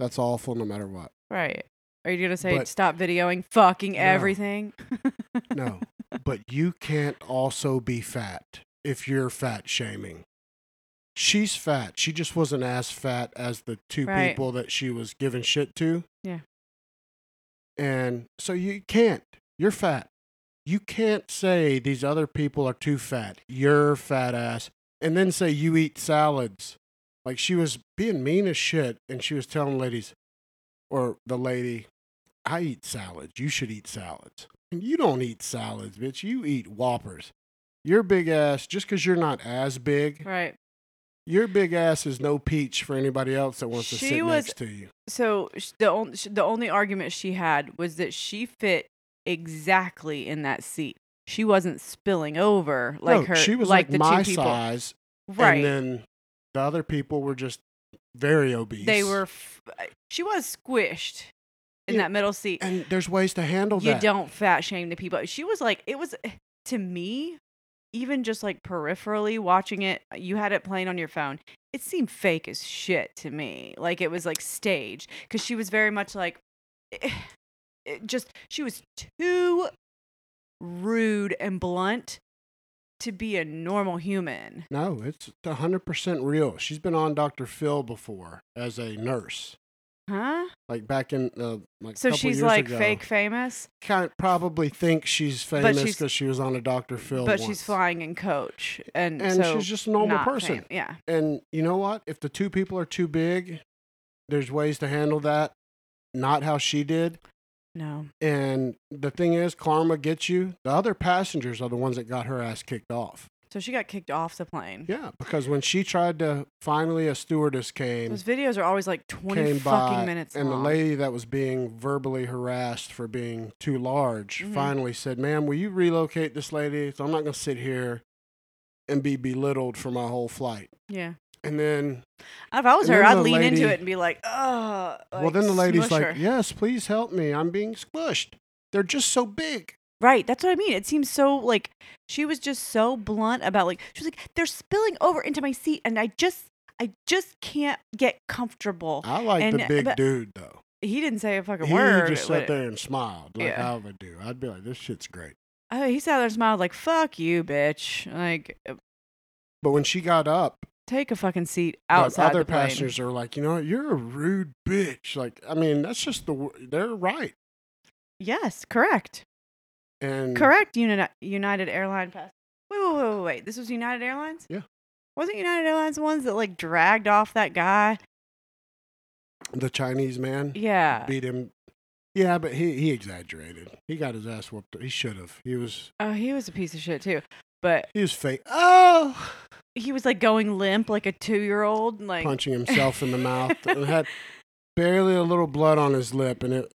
Speaker 2: That's awful, no matter what.
Speaker 1: Right. Are you gonna say
Speaker 2: But-
Speaker 1: stop videoing fucking
Speaker 2: No.
Speaker 1: everything?
Speaker 2: No, but you can't also be fat if you're fat shaming. She's fat. She just wasn't as fat as the two
Speaker 1: Right.
Speaker 2: people that she was giving shit to.
Speaker 1: Yeah.
Speaker 2: And so you can't. You're fat. You can't say these other people are too fat. You're fat ass. And then say you eat salads. Like she was being mean as shit and she was telling ladies or the lady, I eat salads. You should eat salads. And you don't eat salads, bitch. You eat whoppers. Your big ass, just because you're not as big,
Speaker 1: Right.
Speaker 2: your big ass is no peach for anybody else that wants to
Speaker 1: She
Speaker 2: sit
Speaker 1: was-
Speaker 2: next to you.
Speaker 1: So sh- the only sh- the only argument she had was that she fit exactly in that seat. She wasn't spilling over like
Speaker 2: no,
Speaker 1: her.
Speaker 2: she was
Speaker 1: like,
Speaker 2: like,
Speaker 1: the
Speaker 2: my
Speaker 1: two people.
Speaker 2: size,
Speaker 1: Right.
Speaker 2: and then the other people were just very obese.
Speaker 1: They were. F- uh, she was squished in
Speaker 2: Yeah,
Speaker 1: that middle seat.
Speaker 2: and there's ways to handle
Speaker 1: You
Speaker 2: that.
Speaker 1: don't fat shame the people. She was like, it was eh, to me, even just like peripherally watching it. uh, You had it playing on your phone. It seemed fake as shit to me. Like it was like staged because she was very much like, eh, it just she was too rude and blunt to be a normal human.
Speaker 2: No, it's 100% real. She's been on Dr. Phil before as a nurse,
Speaker 1: Huh?
Speaker 2: like back in uh, like.
Speaker 1: So
Speaker 2: couple
Speaker 1: she's
Speaker 2: years
Speaker 1: like
Speaker 2: ago.
Speaker 1: fake famous.
Speaker 2: Can't probably think she's famous
Speaker 1: she's-
Speaker 2: because she was on a Dr. Phil.
Speaker 1: but
Speaker 2: once.
Speaker 1: she's flying in coach and,
Speaker 2: and
Speaker 1: so
Speaker 2: she's just a normal
Speaker 1: not
Speaker 2: person.
Speaker 1: fam- yeah
Speaker 2: And you know what? If the two people are too big, there's ways to handle that. Not how she did.
Speaker 1: no
Speaker 2: And the thing is, karma gets you. The other passengers are the ones that got her ass kicked off.
Speaker 1: so she got kicked off the plane
Speaker 2: Yeah, because when she tried to, finally a stewardess came,
Speaker 1: those videos are always like 20
Speaker 2: came
Speaker 1: fucking
Speaker 2: by,
Speaker 1: minutes
Speaker 2: and
Speaker 1: long.
Speaker 2: the lady that was being verbally harassed for being too large
Speaker 1: Mhm.
Speaker 2: finally said, "Ma'am, will you relocate this lady? So I'm not going to sit here and be belittled for my whole flight."
Speaker 1: yeah
Speaker 2: And then
Speaker 1: if i was
Speaker 2: And
Speaker 1: her
Speaker 2: then
Speaker 1: i'd
Speaker 2: the
Speaker 1: lean into
Speaker 2: lady-
Speaker 1: it and be like oh
Speaker 2: well, then the lady's like,
Speaker 1: yeah.
Speaker 2: "Yes, please help me. I'm being squished. They're just so big."
Speaker 1: right that's what i mean it seems so like she was just so blunt about like she was like they're spilling over into my seat and i just i just can't get comfortable
Speaker 2: I like the
Speaker 1: And-
Speaker 2: big
Speaker 1: but-
Speaker 2: dude though.
Speaker 1: he didn't say a fucking
Speaker 2: He
Speaker 1: word
Speaker 2: just
Speaker 1: but-
Speaker 2: sat there and smiled like
Speaker 1: Yeah.
Speaker 2: I would do. I'd be like, "This shit's great."
Speaker 1: Oh, he sat there and smiled like fuck you bitch like uh,
Speaker 2: But when she got up,
Speaker 1: take a fucking seat
Speaker 2: but
Speaker 1: outside
Speaker 2: other
Speaker 1: the plane.
Speaker 2: passengers are like, "You know, what? you're a rude bitch." Like, I mean, that's just the wor- they're right.
Speaker 1: Yes, correct.
Speaker 2: And
Speaker 1: Correct. Uni- United Airline pass. Wait, wait, wait, wait, wait. This was United Airlines.
Speaker 2: Yeah.
Speaker 1: Wasn't United Airlines the ones that like dragged off that guy
Speaker 2: the Chinese man
Speaker 1: Yeah.
Speaker 2: beat him. Yeah, but he, he exaggerated. He got his ass whooped. He should have. He was
Speaker 1: Oh, he was a piece of shit too. But
Speaker 2: he was fake. Oh,
Speaker 1: he was like going limp like a two year old. Like
Speaker 2: punching himself in the mouth and had barely a little blood on his lip. And it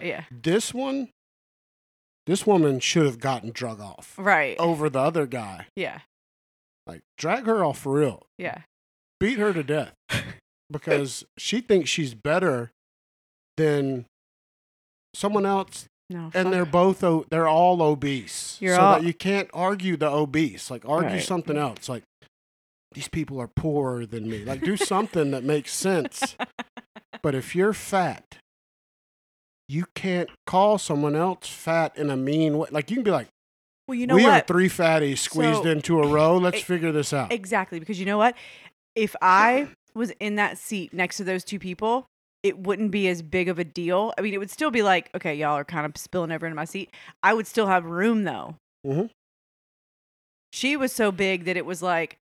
Speaker 1: yeah.
Speaker 2: this one, this woman should have gotten drug off
Speaker 1: Right.
Speaker 2: over the other guy.
Speaker 1: Yeah.
Speaker 2: Like drag her off for real.
Speaker 1: Yeah.
Speaker 2: beat her to death because she thinks she's better than someone else
Speaker 1: No.
Speaker 2: and
Speaker 1: fuck.
Speaker 2: they're both o- they're all obese
Speaker 1: You're
Speaker 2: so
Speaker 1: all-
Speaker 2: that you can't argue the obese like argue
Speaker 1: Right.
Speaker 2: something else like these people are poorer than me like do something that makes sense but if you're fat you can't call someone else fat in a mean way like you can be like
Speaker 1: well, you know
Speaker 2: we
Speaker 1: what?
Speaker 2: are three fatties squeezed
Speaker 1: So- e
Speaker 2: into a row let's
Speaker 1: Ex-
Speaker 2: figure this out
Speaker 1: Exactly, because you know what? If I was in that seat next to those two people, it wouldn't be as big of a deal. I mean, it would still be like, okay, y'all are kind of spilling over into my seat. I would still have room though.
Speaker 2: Mhm.
Speaker 1: She was so big that it was like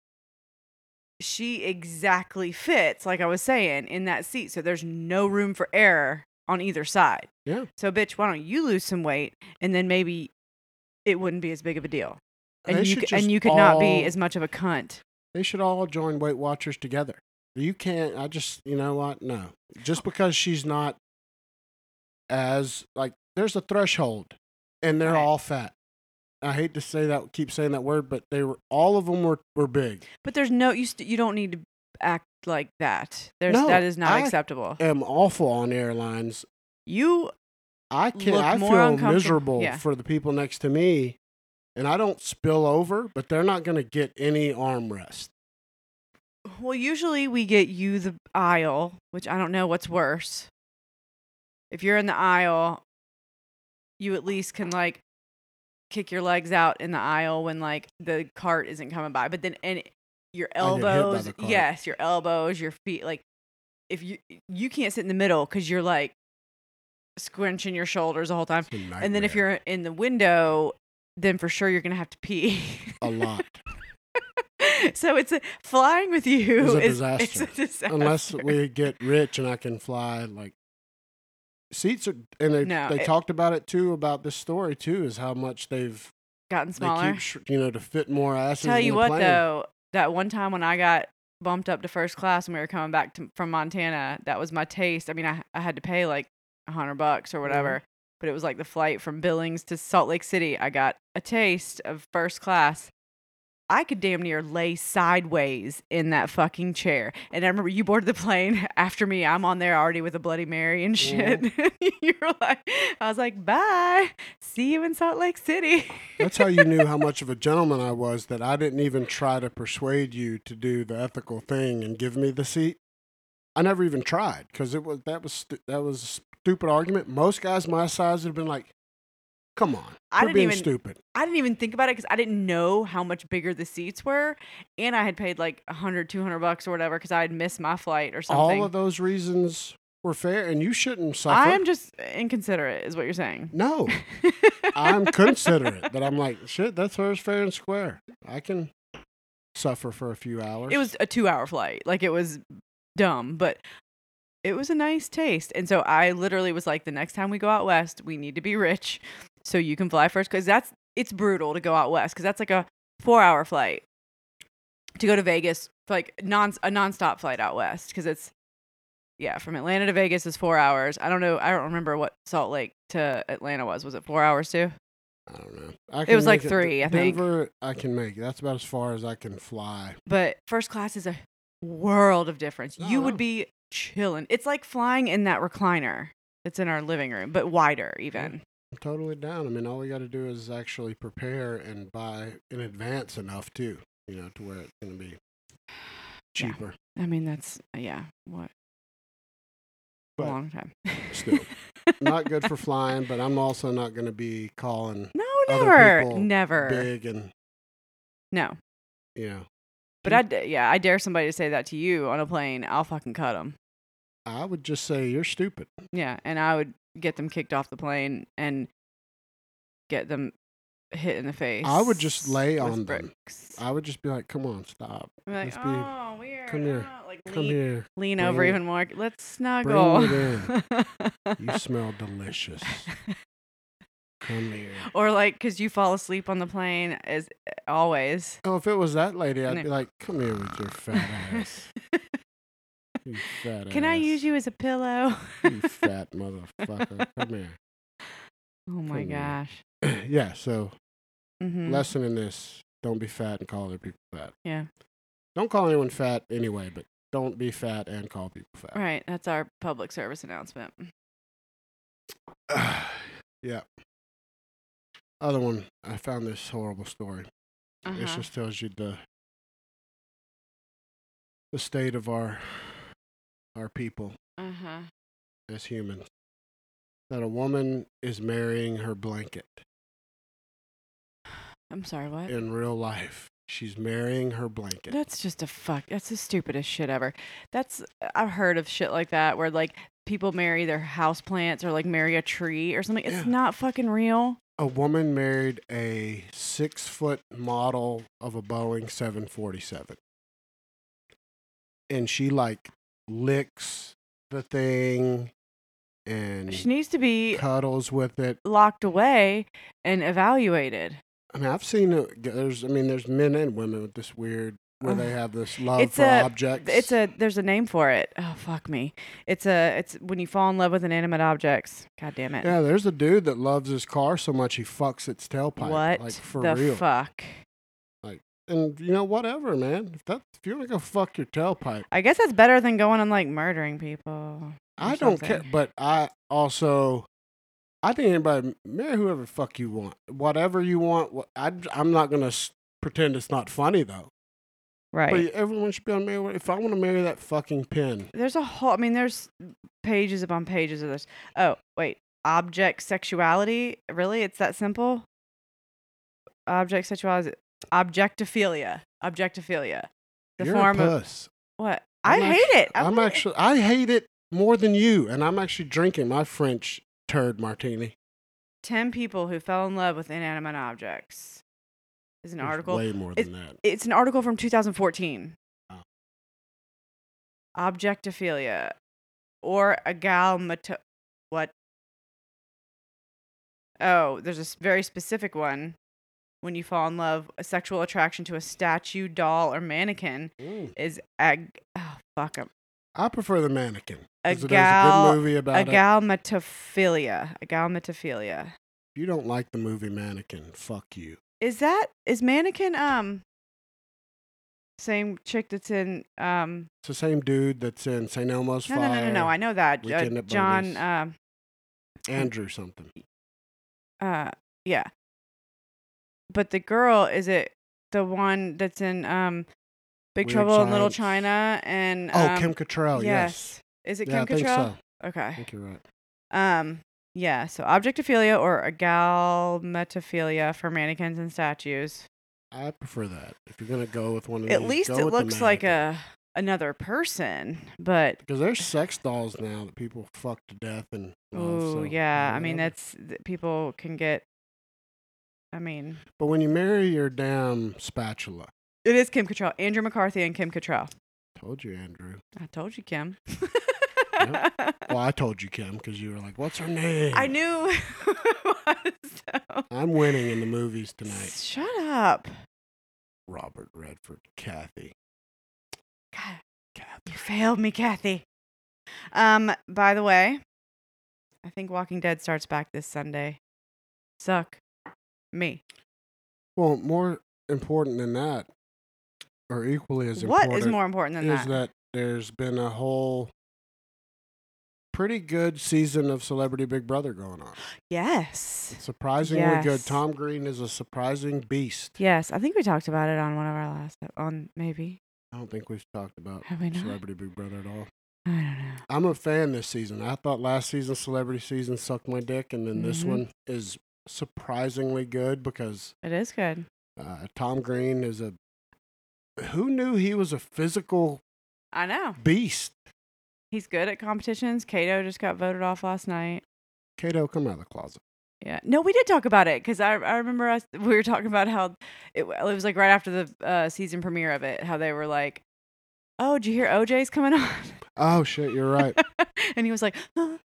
Speaker 1: she exactly fits, like I was saying, in that seat. So there's no room for error on either side.
Speaker 2: Yeah.
Speaker 1: So, bitch, why don't you lose some weight and then maybe it wouldn't be as big of a deal,
Speaker 2: They
Speaker 1: and you
Speaker 2: should
Speaker 1: c- and
Speaker 2: just
Speaker 1: you could not be
Speaker 2: all-
Speaker 1: as much of a cunt.
Speaker 2: They should all join Weight Watchers together. You can't. I just, you know what? No, just because she's not as like, there's a threshold, and they're
Speaker 1: Right.
Speaker 2: all fat. I hate to say that, keep saying that word, but they were all of them were were big.
Speaker 1: But there's no you. St- you don't need to act like that. There's
Speaker 2: No,
Speaker 1: that is not
Speaker 2: I-
Speaker 1: acceptable.
Speaker 2: Am awful on airlines.
Speaker 1: You
Speaker 2: I can
Speaker 1: Look
Speaker 2: I
Speaker 1: more
Speaker 2: feel
Speaker 1: uncomfortable-
Speaker 2: miserable
Speaker 1: yeah.
Speaker 2: for the people next to me, and I don't spill over, but they're not going to get any arm rest.
Speaker 1: well usually we get you the aisle, which I don't know what's worse. If you're in the aisle, you at least can like kick your legs out in the aisle when like the cart isn't coming by. But then and your
Speaker 2: I get hit by the
Speaker 1: elbows,
Speaker 2: cart.
Speaker 1: yes, your elbows, your feet, like if you you can't sit in the middle because you're like squinching your shoulders the whole time.
Speaker 2: It's a
Speaker 1: Um, And then if
Speaker 2: nightmare.
Speaker 1: you're in the window, then for sure you're gonna have to pee.
Speaker 2: a lot,
Speaker 1: so it's a, flying with you
Speaker 2: It's a
Speaker 1: is It's a disaster.
Speaker 2: unless we get rich and I can fly like seats are and they
Speaker 1: No,
Speaker 2: they
Speaker 1: it-
Speaker 2: talked about it too about this story too is how much they've
Speaker 1: gotten
Speaker 2: they
Speaker 1: smaller.
Speaker 2: keep sh- you know to fit more asses
Speaker 1: Tell
Speaker 2: in
Speaker 1: you
Speaker 2: the
Speaker 1: what
Speaker 2: plane.
Speaker 1: though, that one time when I got bumped up to first class and we were coming back to, from Montana, that was my taste. I mean, I I had to pay like a hundred bucks or whatever, but it was like the flight from Billings to Salt Lake City. I got a taste of first class. I could damn near lay sideways in that fucking chair. And I remember you boarded the plane after me. I'm on there already with a Bloody Mary and shit. You're like, I was like, bye. See you in Salt Lake City.
Speaker 2: that's how you knew how much of a gentleman I was that I didn't even try to persuade you to do the ethical thing and give me the seat I never even tried because it was that was stu- that was a stupid argument most guys my size would have been like come on
Speaker 1: I
Speaker 2: we're
Speaker 1: didn't
Speaker 2: being
Speaker 1: even-
Speaker 2: stupid
Speaker 1: I didn't even think about it because I didn't know how much bigger the seats were. And I had paid like 100, 200 bucks or whatever because I had missed my flight or something.
Speaker 2: all of those reasons were fair and you shouldn't suffer
Speaker 1: I am just inconsiderate, is what you're saying.
Speaker 2: No, I'm considerate, but I'm like, shit, that's hers fair and square. I can suffer for a few hours.
Speaker 1: it was a two hour flight. Like it was dumb, but it was a nice taste. And so I literally was like, the next time we go out west, we need to be rich so you can fly first. Cause that's, it's brutal to go out west because that's like a four hour flight to go to Vegas, like non, a nonstop flight out west because it's, yeah, from Atlanta to Vegas is four hours. I don't know. I don't remember what Salt Lake to Atlanta was. Was it four hours too?
Speaker 2: I don't know. I
Speaker 1: was like
Speaker 2: make
Speaker 1: three, I think.
Speaker 2: Denver, I can make. it. That's about as far as I can fly.
Speaker 1: but first class is a world of difference.
Speaker 2: No,
Speaker 1: you
Speaker 2: no.
Speaker 1: would be chilling. It's like flying in that recliner that's in our living room, but wider even.
Speaker 2: I'm totally down. I mean, all we got to do is actually prepare and buy in advance enough too, you know, to where it's going to be cheaper.
Speaker 1: I mean, that's uh, yeah, what
Speaker 2: But
Speaker 1: a long time.
Speaker 2: still, Not good for flying, but I'm also not going to be calling
Speaker 1: no,
Speaker 2: other
Speaker 1: never,
Speaker 2: people
Speaker 1: never,
Speaker 2: big and
Speaker 1: no.
Speaker 2: you know.
Speaker 1: But I, d- yeah, I dare somebody to say that to you on a plane. I'll fucking cut them.
Speaker 2: I would just say you're stupid.
Speaker 1: Yeah, and I would get them kicked off the plane and get them hit in the face.
Speaker 2: I would just lay
Speaker 1: with
Speaker 2: on them.
Speaker 1: bricks.
Speaker 2: I would just be like, "Come on, stop."
Speaker 1: I'm like,
Speaker 2: Must be-
Speaker 1: oh, weird.
Speaker 2: come here.
Speaker 1: ah," like like
Speaker 2: Come
Speaker 1: lean,
Speaker 2: here.
Speaker 1: lean
Speaker 2: Bring
Speaker 1: over
Speaker 2: it-
Speaker 1: even more. Let's
Speaker 2: Bring
Speaker 1: snuggle.
Speaker 2: it in. You smell delicious. Come here.
Speaker 1: or like because you fall asleep on the plane as eh, always.
Speaker 2: Oh, if it was that lady, I'd
Speaker 1: No.
Speaker 2: be like, "Come here with your fat ass, you fat ass.
Speaker 1: Can I use you as a pillow?
Speaker 2: you fat motherfucker. Come here."
Speaker 1: Oh my
Speaker 2: Come on.
Speaker 1: gosh.
Speaker 2: yeah. So
Speaker 1: Mm-hmm.
Speaker 2: lesson in this: don't be fat and call other people fat.
Speaker 1: Yeah.
Speaker 2: Don't call anyone fat anyway, but don't be fat and call people fat.
Speaker 1: Right. That's our public service announcement.
Speaker 2: yeah. Other one, I found this horrible story. It
Speaker 1: Uh-huh.
Speaker 2: just tells you the the state of our our people
Speaker 1: uh-huh.
Speaker 2: as humans. That a woman is marrying her blanket
Speaker 1: I'm sorry. What?
Speaker 2: in real life. She's marrying her blanket.
Speaker 1: That's just a fuck. That's the stupidest shit ever. That's uh, I've heard of shit like that where like people marry their house plants or like marry a tree or something. It's
Speaker 2: Yeah.
Speaker 1: not fucking real.
Speaker 2: A woman married a six foot model of a Boeing 747. And she like licks the thing and
Speaker 1: She needs to be
Speaker 2: cuddles with it.
Speaker 1: locked away and evaluated.
Speaker 2: I mean, I've seen it. There's, I mean, there's men and women with this weird where
Speaker 1: Ugh.
Speaker 2: they have this love
Speaker 1: It's
Speaker 2: for
Speaker 1: a-
Speaker 2: objects.
Speaker 1: It's a there's a name for it. Oh fuck me. It's a it's when you fall in love with inanimate objects. God damn it.
Speaker 2: yeah. There's a dude that loves his car so much he fucks its tailpipe.
Speaker 1: what
Speaker 2: Like for
Speaker 1: the
Speaker 2: real.
Speaker 1: fuck?
Speaker 2: and you know whatever, man. If that if you want to go fuck your tailpipe,
Speaker 1: I guess that's better than going and like murdering people.
Speaker 2: I
Speaker 1: or
Speaker 2: don't care.
Speaker 1: something.
Speaker 2: But I also, I think anybody marry whoever the fuck you want, whatever you want. wha- I I'm not gonna s- pretend it's not funny though.
Speaker 1: Right.
Speaker 2: But everyone should be on marry. If I want to marry that fucking pin,
Speaker 1: There's a whole. I mean, there's pages upon pages of this. Oh wait, object sexuality. Really, it's that simple. Object sexuality. Objectophilia. Objectophilia. The
Speaker 2: you're
Speaker 1: form
Speaker 2: a
Speaker 1: of
Speaker 2: puss.
Speaker 1: what? I
Speaker 2: I'm
Speaker 1: hate it. I
Speaker 2: I'm
Speaker 1: love it.
Speaker 2: actually I hate it more than you, and I'm actually drinking my French turd martini.
Speaker 1: ten people who fell in love with inanimate objects. Is an
Speaker 2: There's
Speaker 1: article.
Speaker 2: way Oh. more than that.
Speaker 1: It's an article from 2014.
Speaker 2: Wow.
Speaker 1: Objectophilia or agalmato. What? Oh, there's a s- very specific one. When you fall in love, a sexual attraction to a statue, doll, or mannequin
Speaker 2: Mm.
Speaker 1: is ag. Oh, fuck 'em.
Speaker 2: I prefer the mannequin. 'cause there's a
Speaker 1: Agal-
Speaker 2: good movie about it.
Speaker 1: Agalmatophilia. Agalmatophilia.
Speaker 2: If you don't like the movie Mannequin, fuck you.
Speaker 1: Is that is mannequin um same chick that's in um
Speaker 2: It's the same dude that's in St. Elmo's
Speaker 1: No,
Speaker 2: Fire.
Speaker 1: no, no, no, no. I know that.
Speaker 2: Weekend
Speaker 1: Uh,
Speaker 2: at
Speaker 1: John,
Speaker 2: Bernie's.
Speaker 1: um,
Speaker 2: Andrew something.
Speaker 1: uh, yeah. But the girl, is it the one that's in um, Big
Speaker 2: Weird
Speaker 1: Trouble in Little
Speaker 2: Science.
Speaker 1: China? And
Speaker 2: Oh,
Speaker 1: um,
Speaker 2: Kim Cattrall. Yes.
Speaker 1: Is it
Speaker 2: Yeah, I
Speaker 1: Kim
Speaker 2: think
Speaker 1: Cattrall?
Speaker 2: so. I
Speaker 1: Okay.
Speaker 2: think you're right.
Speaker 1: Um, yeah. So objectophilia or agalmatophilia for mannequins and statues.
Speaker 2: I prefer that. If you're gonna go with one of
Speaker 1: At
Speaker 2: these,
Speaker 1: least
Speaker 2: go
Speaker 1: it
Speaker 2: with the
Speaker 1: looks like
Speaker 2: mannequin.
Speaker 1: a another person, but
Speaker 2: because there's sex dolls now that people fuck to death and. love,
Speaker 1: Oh
Speaker 2: so,
Speaker 1: yeah, I mean
Speaker 2: whatever.
Speaker 1: that's th- people can get. I mean,
Speaker 2: But when you marry your damn spatula,
Speaker 1: it is Kim Cattrall, Andrew McCarthy, and Kim Cattrall.
Speaker 2: told you, Andrew.
Speaker 1: I told you, Kim.
Speaker 2: Well, I told you, Kim, because you were like, "What's her name?"
Speaker 1: I knew. it was,
Speaker 2: I'm winning in the movies
Speaker 1: so-
Speaker 2: tonight.
Speaker 1: Shut up!
Speaker 2: Robert Redford, Kathy.
Speaker 1: God,
Speaker 2: Kathy.
Speaker 1: you failed me, Kathy. Um. By the way, I think Walking Dead starts back this Sunday. Suck me.
Speaker 2: Well, more important than that, or equally as
Speaker 1: what
Speaker 2: important,
Speaker 1: is more important than
Speaker 2: is
Speaker 1: that?
Speaker 2: that there's been a whole pretty good season of Celebrity Big Brother going on.
Speaker 1: Yes.
Speaker 2: Surprisingly good.
Speaker 1: Yes.
Speaker 2: Tom Green is a surprising beast.
Speaker 1: Yes, I think we talked about it on one of our last on maybe.
Speaker 2: I don't think we've talked about
Speaker 1: Have we not?
Speaker 2: Celebrity Big Brother at all.
Speaker 1: I don't know.
Speaker 2: I'm a fan this season. I thought last season Celebrity Season sucked my dick, and then this
Speaker 1: Mhm.
Speaker 2: one is surprisingly good because
Speaker 1: It is good.
Speaker 2: uh, Tom Green is a. Who knew he was a physical
Speaker 1: I know.
Speaker 2: beast?
Speaker 1: He's good at competitions. Kato just got voted off last night.
Speaker 2: Kato, come out of the closet.
Speaker 1: Yeah. No, we did talk about it because I, I remember us we were talking about how it, w- it was like right after the uh, season premiere of it, how they were like, oh, did you hear OJ's coming on?
Speaker 2: Oh shit, you're right.
Speaker 1: and he was like, huh?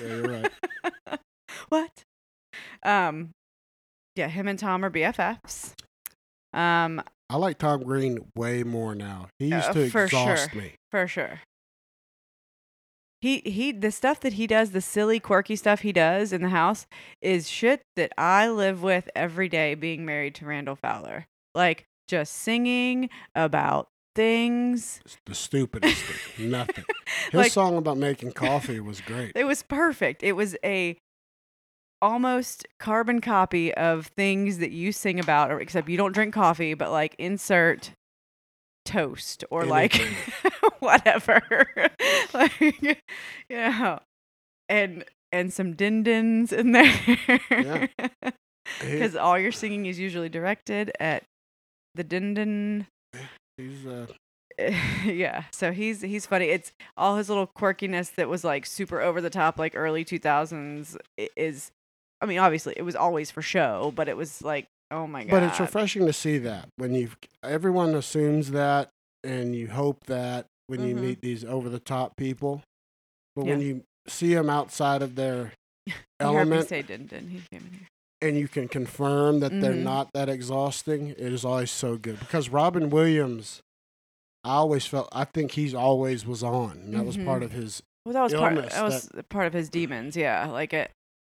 Speaker 2: Yeah, you're right.
Speaker 1: what? Um, yeah, him and Tom are BFFs. Um,
Speaker 2: I like Tom Green way more now. He used
Speaker 1: Uh,
Speaker 2: to
Speaker 1: for
Speaker 2: exhaust
Speaker 1: sure.
Speaker 2: me.
Speaker 1: for sure. He he, the stuff that he does, the silly, quirky stuff he does in the house, is shit that I live with every day. Being married to Randall Fowler, like just singing about things.
Speaker 2: It's the stupidest thing. Nothing. His
Speaker 1: Like-
Speaker 2: song about making coffee was great.
Speaker 1: It was perfect. It was a almost carbon copy of things that you sing about, or except you don't drink coffee, but like insert toast or
Speaker 2: Anything.
Speaker 1: like whatever. like yeah. And and some din dins in there.
Speaker 2: He-
Speaker 1: Because all your singing is usually directed at the din din
Speaker 2: he's, uh,
Speaker 1: yeah so he's he's funny it's all his little quirkiness that was like super over the top like early 2000s i- is i mean obviously it was always for show but it was like oh my god
Speaker 2: but it's refreshing to see that when you everyone assumes that and you hope that when you
Speaker 1: Mhm.
Speaker 2: meet these over the top people, but
Speaker 1: Yeah.
Speaker 2: when you see them outside of their
Speaker 1: You heard me
Speaker 2: element
Speaker 1: say didn't didn't he came in here
Speaker 2: and you can confirm that they're
Speaker 1: Mhm.
Speaker 2: not that exhausting, it is always so good because Robin Williams. I always felt I think he's always was on. And that was
Speaker 1: Mhm.
Speaker 2: part of his
Speaker 1: well that was part
Speaker 2: Illness
Speaker 1: that was part of his demons yeah like it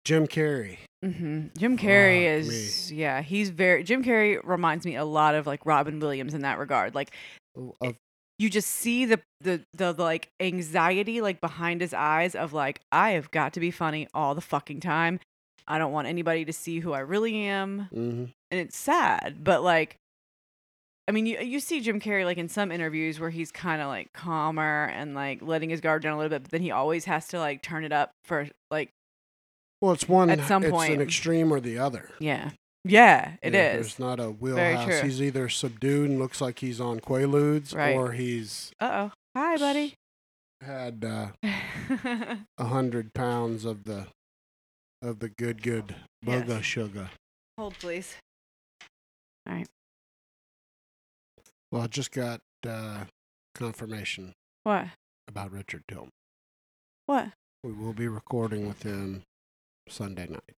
Speaker 2: Jim Carrey.
Speaker 1: hmm jim carrey
Speaker 2: Fuck me.
Speaker 1: is yeah he's very jim carrey reminds me a lot of like robin williams in that regard like
Speaker 2: Of,
Speaker 1: you just see the, the the the, like anxiety like behind his eyes of like I have got to be funny all the fucking time. I don't want anybody to see who I really am,
Speaker 2: hmm
Speaker 1: and it's sad. But like, I mean, you you see Jim Carrey like in some interviews where he's kind of like calmer and like letting his guard down a little bit, but then he always has to like turn it up for like
Speaker 2: Well, it's one.
Speaker 1: At some
Speaker 2: it's
Speaker 1: point.
Speaker 2: an extreme or the other.
Speaker 1: yeah yeah it is.
Speaker 2: Yeah, There's not a wheelhouse.
Speaker 1: true.
Speaker 2: He's either subdued and looks like he's on Quaaludes,
Speaker 1: Right.
Speaker 2: or he's
Speaker 1: uh oh hi buddy
Speaker 2: had uh, a hundred pounds of the of the good good
Speaker 1: Yes.
Speaker 2: boga sugar.
Speaker 1: hold please
Speaker 2: Well, I just got uh, confirmation
Speaker 1: what
Speaker 2: about Richard Tillman.
Speaker 1: what
Speaker 2: We will be recording with him Sunday night.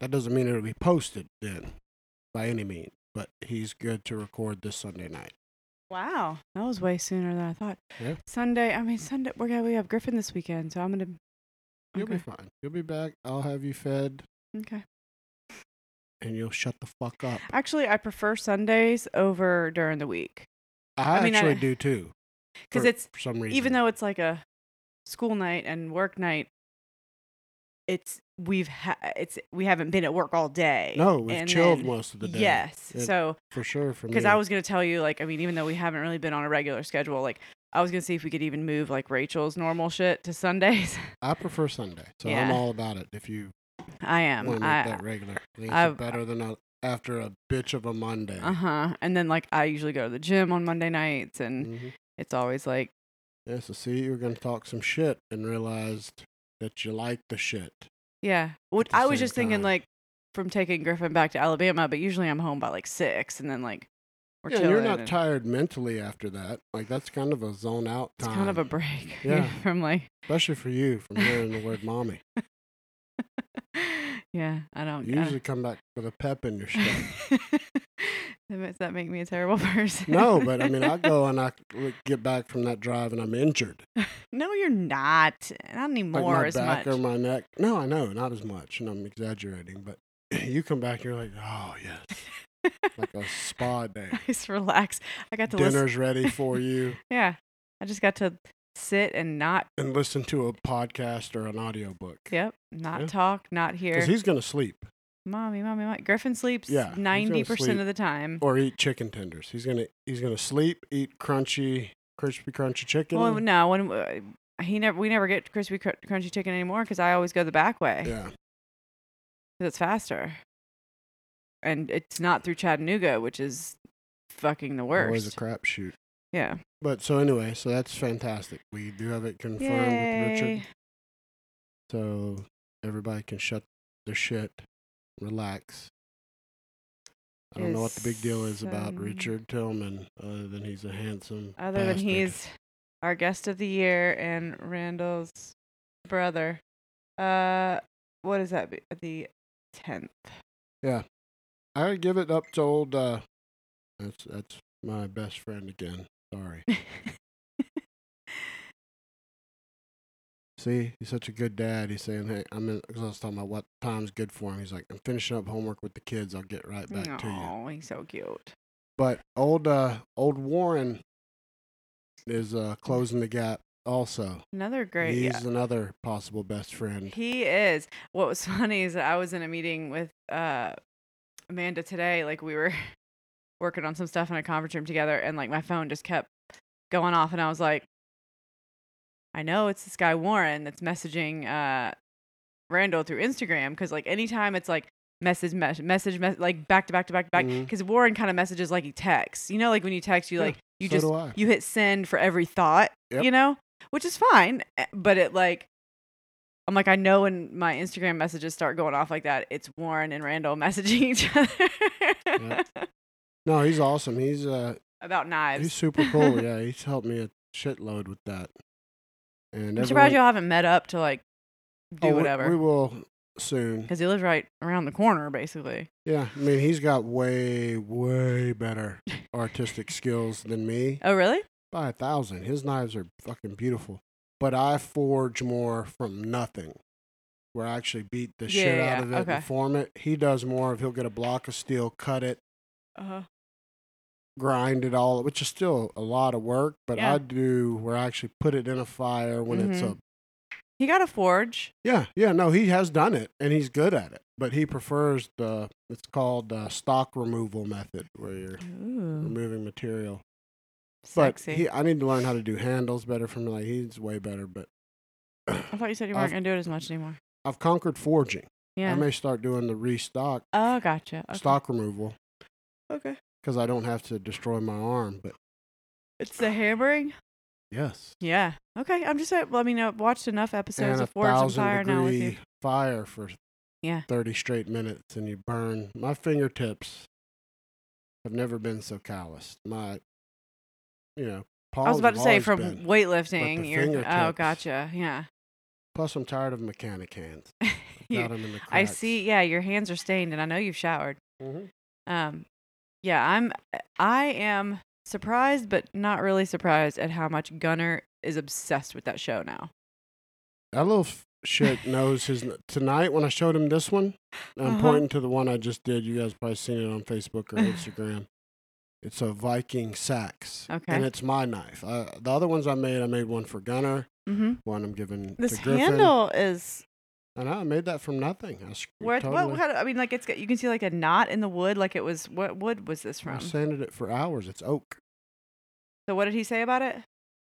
Speaker 2: That doesn't mean it'll be posted then, by any means. But he's good to record this Sunday night.
Speaker 1: Wow, that was way sooner than I thought.
Speaker 2: Yeah.
Speaker 1: Sunday, I mean Sunday. We're gonna we have Griffin this weekend, so I'm gonna.
Speaker 2: You'll
Speaker 1: Okay.
Speaker 2: be fine. You'll be back. I'll have you fed,
Speaker 1: okay.
Speaker 2: and you'll shut the fuck up.
Speaker 1: Actually, I prefer Sundays over during the week
Speaker 2: I,
Speaker 1: I mean, I-
Speaker 2: actually do too.
Speaker 1: because
Speaker 2: for-
Speaker 1: it's
Speaker 2: for some reason,
Speaker 1: even though it's like a school night and work night. It's we've ha- it's we haven't been at work all day.
Speaker 2: no, we've
Speaker 1: and
Speaker 2: chilled
Speaker 1: then-
Speaker 2: most of the day.
Speaker 1: Yes.
Speaker 2: It-
Speaker 1: so
Speaker 2: for sure. For me,
Speaker 1: because I was gonna tell you like I mean even though we haven't really been on a regular schedule like I was gonna see if we could even move like Rachel's normal shit to Sundays.
Speaker 2: I prefer Sunday, so I'm
Speaker 1: Yeah.
Speaker 2: all about it. If you
Speaker 1: I am.
Speaker 2: want to
Speaker 1: I,
Speaker 2: make that regular, I think
Speaker 1: I've-
Speaker 2: it's better than a, after a bitch of a Monday.
Speaker 1: Uh huh. And then like I usually go to the gym on Monday nights, and
Speaker 2: Mhm.
Speaker 1: it's always like,
Speaker 2: Yeah, so see, you were gonna talk some shit and realized that you like the shit.
Speaker 1: yeah. What
Speaker 2: the
Speaker 1: I was
Speaker 2: same
Speaker 1: just thinking
Speaker 2: time.
Speaker 1: like from taking Griffin back to Alabama, but usually I'm home by like six, and then like we're
Speaker 2: Yeah, and
Speaker 1: chilling.
Speaker 2: you're not
Speaker 1: and
Speaker 2: tired mentally after that. Like that's kind of a zone out
Speaker 1: It's
Speaker 2: time,
Speaker 1: kind of a break
Speaker 2: Yeah.
Speaker 1: from like,
Speaker 2: especially for you from hearing the word "mommy."
Speaker 1: yeah, I don't.
Speaker 2: You
Speaker 1: I-
Speaker 2: usually come back with a pep in your step.
Speaker 1: That makes- that make me a terrible person?
Speaker 2: No, but I mean, I go and I c- get back from that drive and I'm injured.
Speaker 1: no, you're not. Not
Speaker 2: Like
Speaker 1: anymore
Speaker 2: my
Speaker 1: as
Speaker 2: back
Speaker 1: much.
Speaker 2: or my neck. No, I know, not as much. And I'm exaggerating, but you come back and you're like, oh, yes. like a spa day.
Speaker 1: Just relax. I got to listen.
Speaker 2: Dinner's ready for you
Speaker 1: Yeah, I just got to sit and not
Speaker 2: and listen to a podcast or an audiobook.
Speaker 1: Yep. Not
Speaker 2: Yeah.
Speaker 1: talk, not hear.
Speaker 2: Because he's going to sleep
Speaker 1: mommy, mommy, mommy. Griffin sleeps
Speaker 2: Yeah, he's gonna
Speaker 1: 90%
Speaker 2: sleep.
Speaker 1: of the time.
Speaker 2: or eat chicken tenders. He's going to he's gonna sleep, eat crunchy, crispy, crunchy chicken.
Speaker 1: Well, no, when uh, he never, we never get crispy cr- crunchy chicken anymore because I always go the back way because
Speaker 2: Yeah.
Speaker 1: it's faster, and it's not through Chattanooga, which is fucking the
Speaker 2: Always a
Speaker 1: worst.
Speaker 2: crapshoot.
Speaker 1: yeah.
Speaker 2: But so anyway, so that's fantastic. We do have it confirmed with Richard.
Speaker 1: Yay.
Speaker 2: So everybody can shut their shit, relax. I don't know what the big deal is about
Speaker 1: Some-
Speaker 2: Richard Tillman, other than he's a handsome.
Speaker 1: Other than
Speaker 2: bastard.
Speaker 1: he's our guest of the year and Randall's brother. Uh, what is that? be- The tenth.
Speaker 2: I would give it up to old. Uh, that's that's my best friend again. Sorry. See, he's such a good dad. He's saying, "Hey, I'm in." Because I was talking about what time's good for him. He's like, "I'm finishing up homework with the kids. I'll get right back to you."
Speaker 1: Oh, he's so cute.
Speaker 2: But old uh old Warren is uh closing the gap also.
Speaker 1: Another great.
Speaker 2: He's
Speaker 1: yeah.
Speaker 2: another possible best friend.
Speaker 1: He is. What was funny is that I was in a meeting with uh, Amanda today. Like we were working on some stuff in a conference room together, and like my phone just kept going off, and I was like, I know it's this guy Warren that's messaging uh, Randall through Instagram because like anytime it's like message mes- message mes- like back to back to back to back
Speaker 2: Mhm.
Speaker 1: because Warren kind of messages like he texts. You know, like when you text, you
Speaker 2: Yeah,
Speaker 1: like you
Speaker 2: so
Speaker 1: just
Speaker 2: do I.
Speaker 1: you hit send for every thought,
Speaker 2: Yep.
Speaker 1: you know, which is fine. eh, But it like, I'm like, I know when my Instagram messages start going off like that, it's Warren and Randall messaging each other
Speaker 2: Yep. no, he's awesome. He's uh
Speaker 1: about knives.
Speaker 2: he's super cool. yeah, he's helped me a shitload with that. And
Speaker 1: I'm surprised
Speaker 2: everyone-
Speaker 1: y'all haven't met up to like do
Speaker 2: Oh, we-
Speaker 1: whatever.
Speaker 2: We will soon.
Speaker 1: because he lives right around the corner, basically.
Speaker 2: Yeah, I mean he's got way way better artistic skills than me.
Speaker 1: Oh, really?
Speaker 2: by a thousand. His knives are fucking beautiful. But I forge more from nothing, where I actually beat the shit
Speaker 1: Yeah,
Speaker 2: out
Speaker 1: yeah,
Speaker 2: of it
Speaker 1: okay.
Speaker 2: and form it. He does more of he'll get a block of steel, cut it,
Speaker 1: Uh-huh.
Speaker 2: grind it all, which is still a lot of work. But
Speaker 1: Yeah.
Speaker 2: I do where I actually put it in a fire when it's
Speaker 1: Mhm.
Speaker 2: a
Speaker 1: He got a forge.
Speaker 2: yeah yeah no he has done it and he's good at it. But he prefers the it's called uh, stock removal method where you're
Speaker 1: Ooh,
Speaker 2: removing material.
Speaker 1: Mm.
Speaker 2: But
Speaker 1: sexy.
Speaker 2: he, I need to learn how to do handles better from like he's way better, but.
Speaker 1: I thought you said you weren't
Speaker 2: I've-
Speaker 1: gonna do it as much anymore.
Speaker 2: I've conquered forging.
Speaker 1: Yeah.
Speaker 2: I may start doing the restock,
Speaker 1: oh, gotcha. Okay.
Speaker 2: stock removal,
Speaker 1: Okay.
Speaker 2: because I don't have to destroy my arm. But
Speaker 1: It's the hammering.
Speaker 2: yes,
Speaker 1: Yeah. Okay. I'm just saying. Well, I mean, I've watched enough episodes
Speaker 2: and a
Speaker 1: of Forge and
Speaker 2: thousand
Speaker 1: Fire now with you.
Speaker 2: degree fire for
Speaker 1: Yeah.
Speaker 2: thirty straight minutes, and you burn. My fingertips have never been so calloused. My, you know, palms.
Speaker 1: I was about to
Speaker 2: have
Speaker 1: say
Speaker 2: always
Speaker 1: from
Speaker 2: been.
Speaker 1: weightlifting.
Speaker 2: the
Speaker 1: You're, oh,
Speaker 2: fingertips.
Speaker 1: gotcha. Yeah.
Speaker 2: Plus, I'm tired of mechanic hands.
Speaker 1: You-
Speaker 2: Got 'em in the
Speaker 1: I
Speaker 2: cracks.
Speaker 1: see. Yeah, your hands are stained, and I know you've showered.
Speaker 2: Mhm.
Speaker 1: Um, yeah, I'm. I am surprised, but not really surprised at how much Gunner is obsessed with that show now.
Speaker 2: That little f- shit knows his. n- Tonight, when I showed him this one, I'm
Speaker 1: Uh-huh.
Speaker 2: pointing to the one I just did. You guys probably seen it on Facebook or Instagram. it's a Viking sax. And
Speaker 1: Okay.
Speaker 2: it's my knife. I, the other ones I made, I made one for Gunner,
Speaker 1: Mm-hmm.
Speaker 2: one I'm giving
Speaker 1: This
Speaker 2: to Griffin.
Speaker 1: handle is
Speaker 2: And I made that from nothing. I sc-
Speaker 1: where?
Speaker 2: totally,
Speaker 1: What? How, do- I mean, like it's got- you can see like a knot in the wood. Like it was. What wood was this
Speaker 2: I
Speaker 1: from?
Speaker 2: sanded it for hours. It's oak.
Speaker 1: So what did he say about it?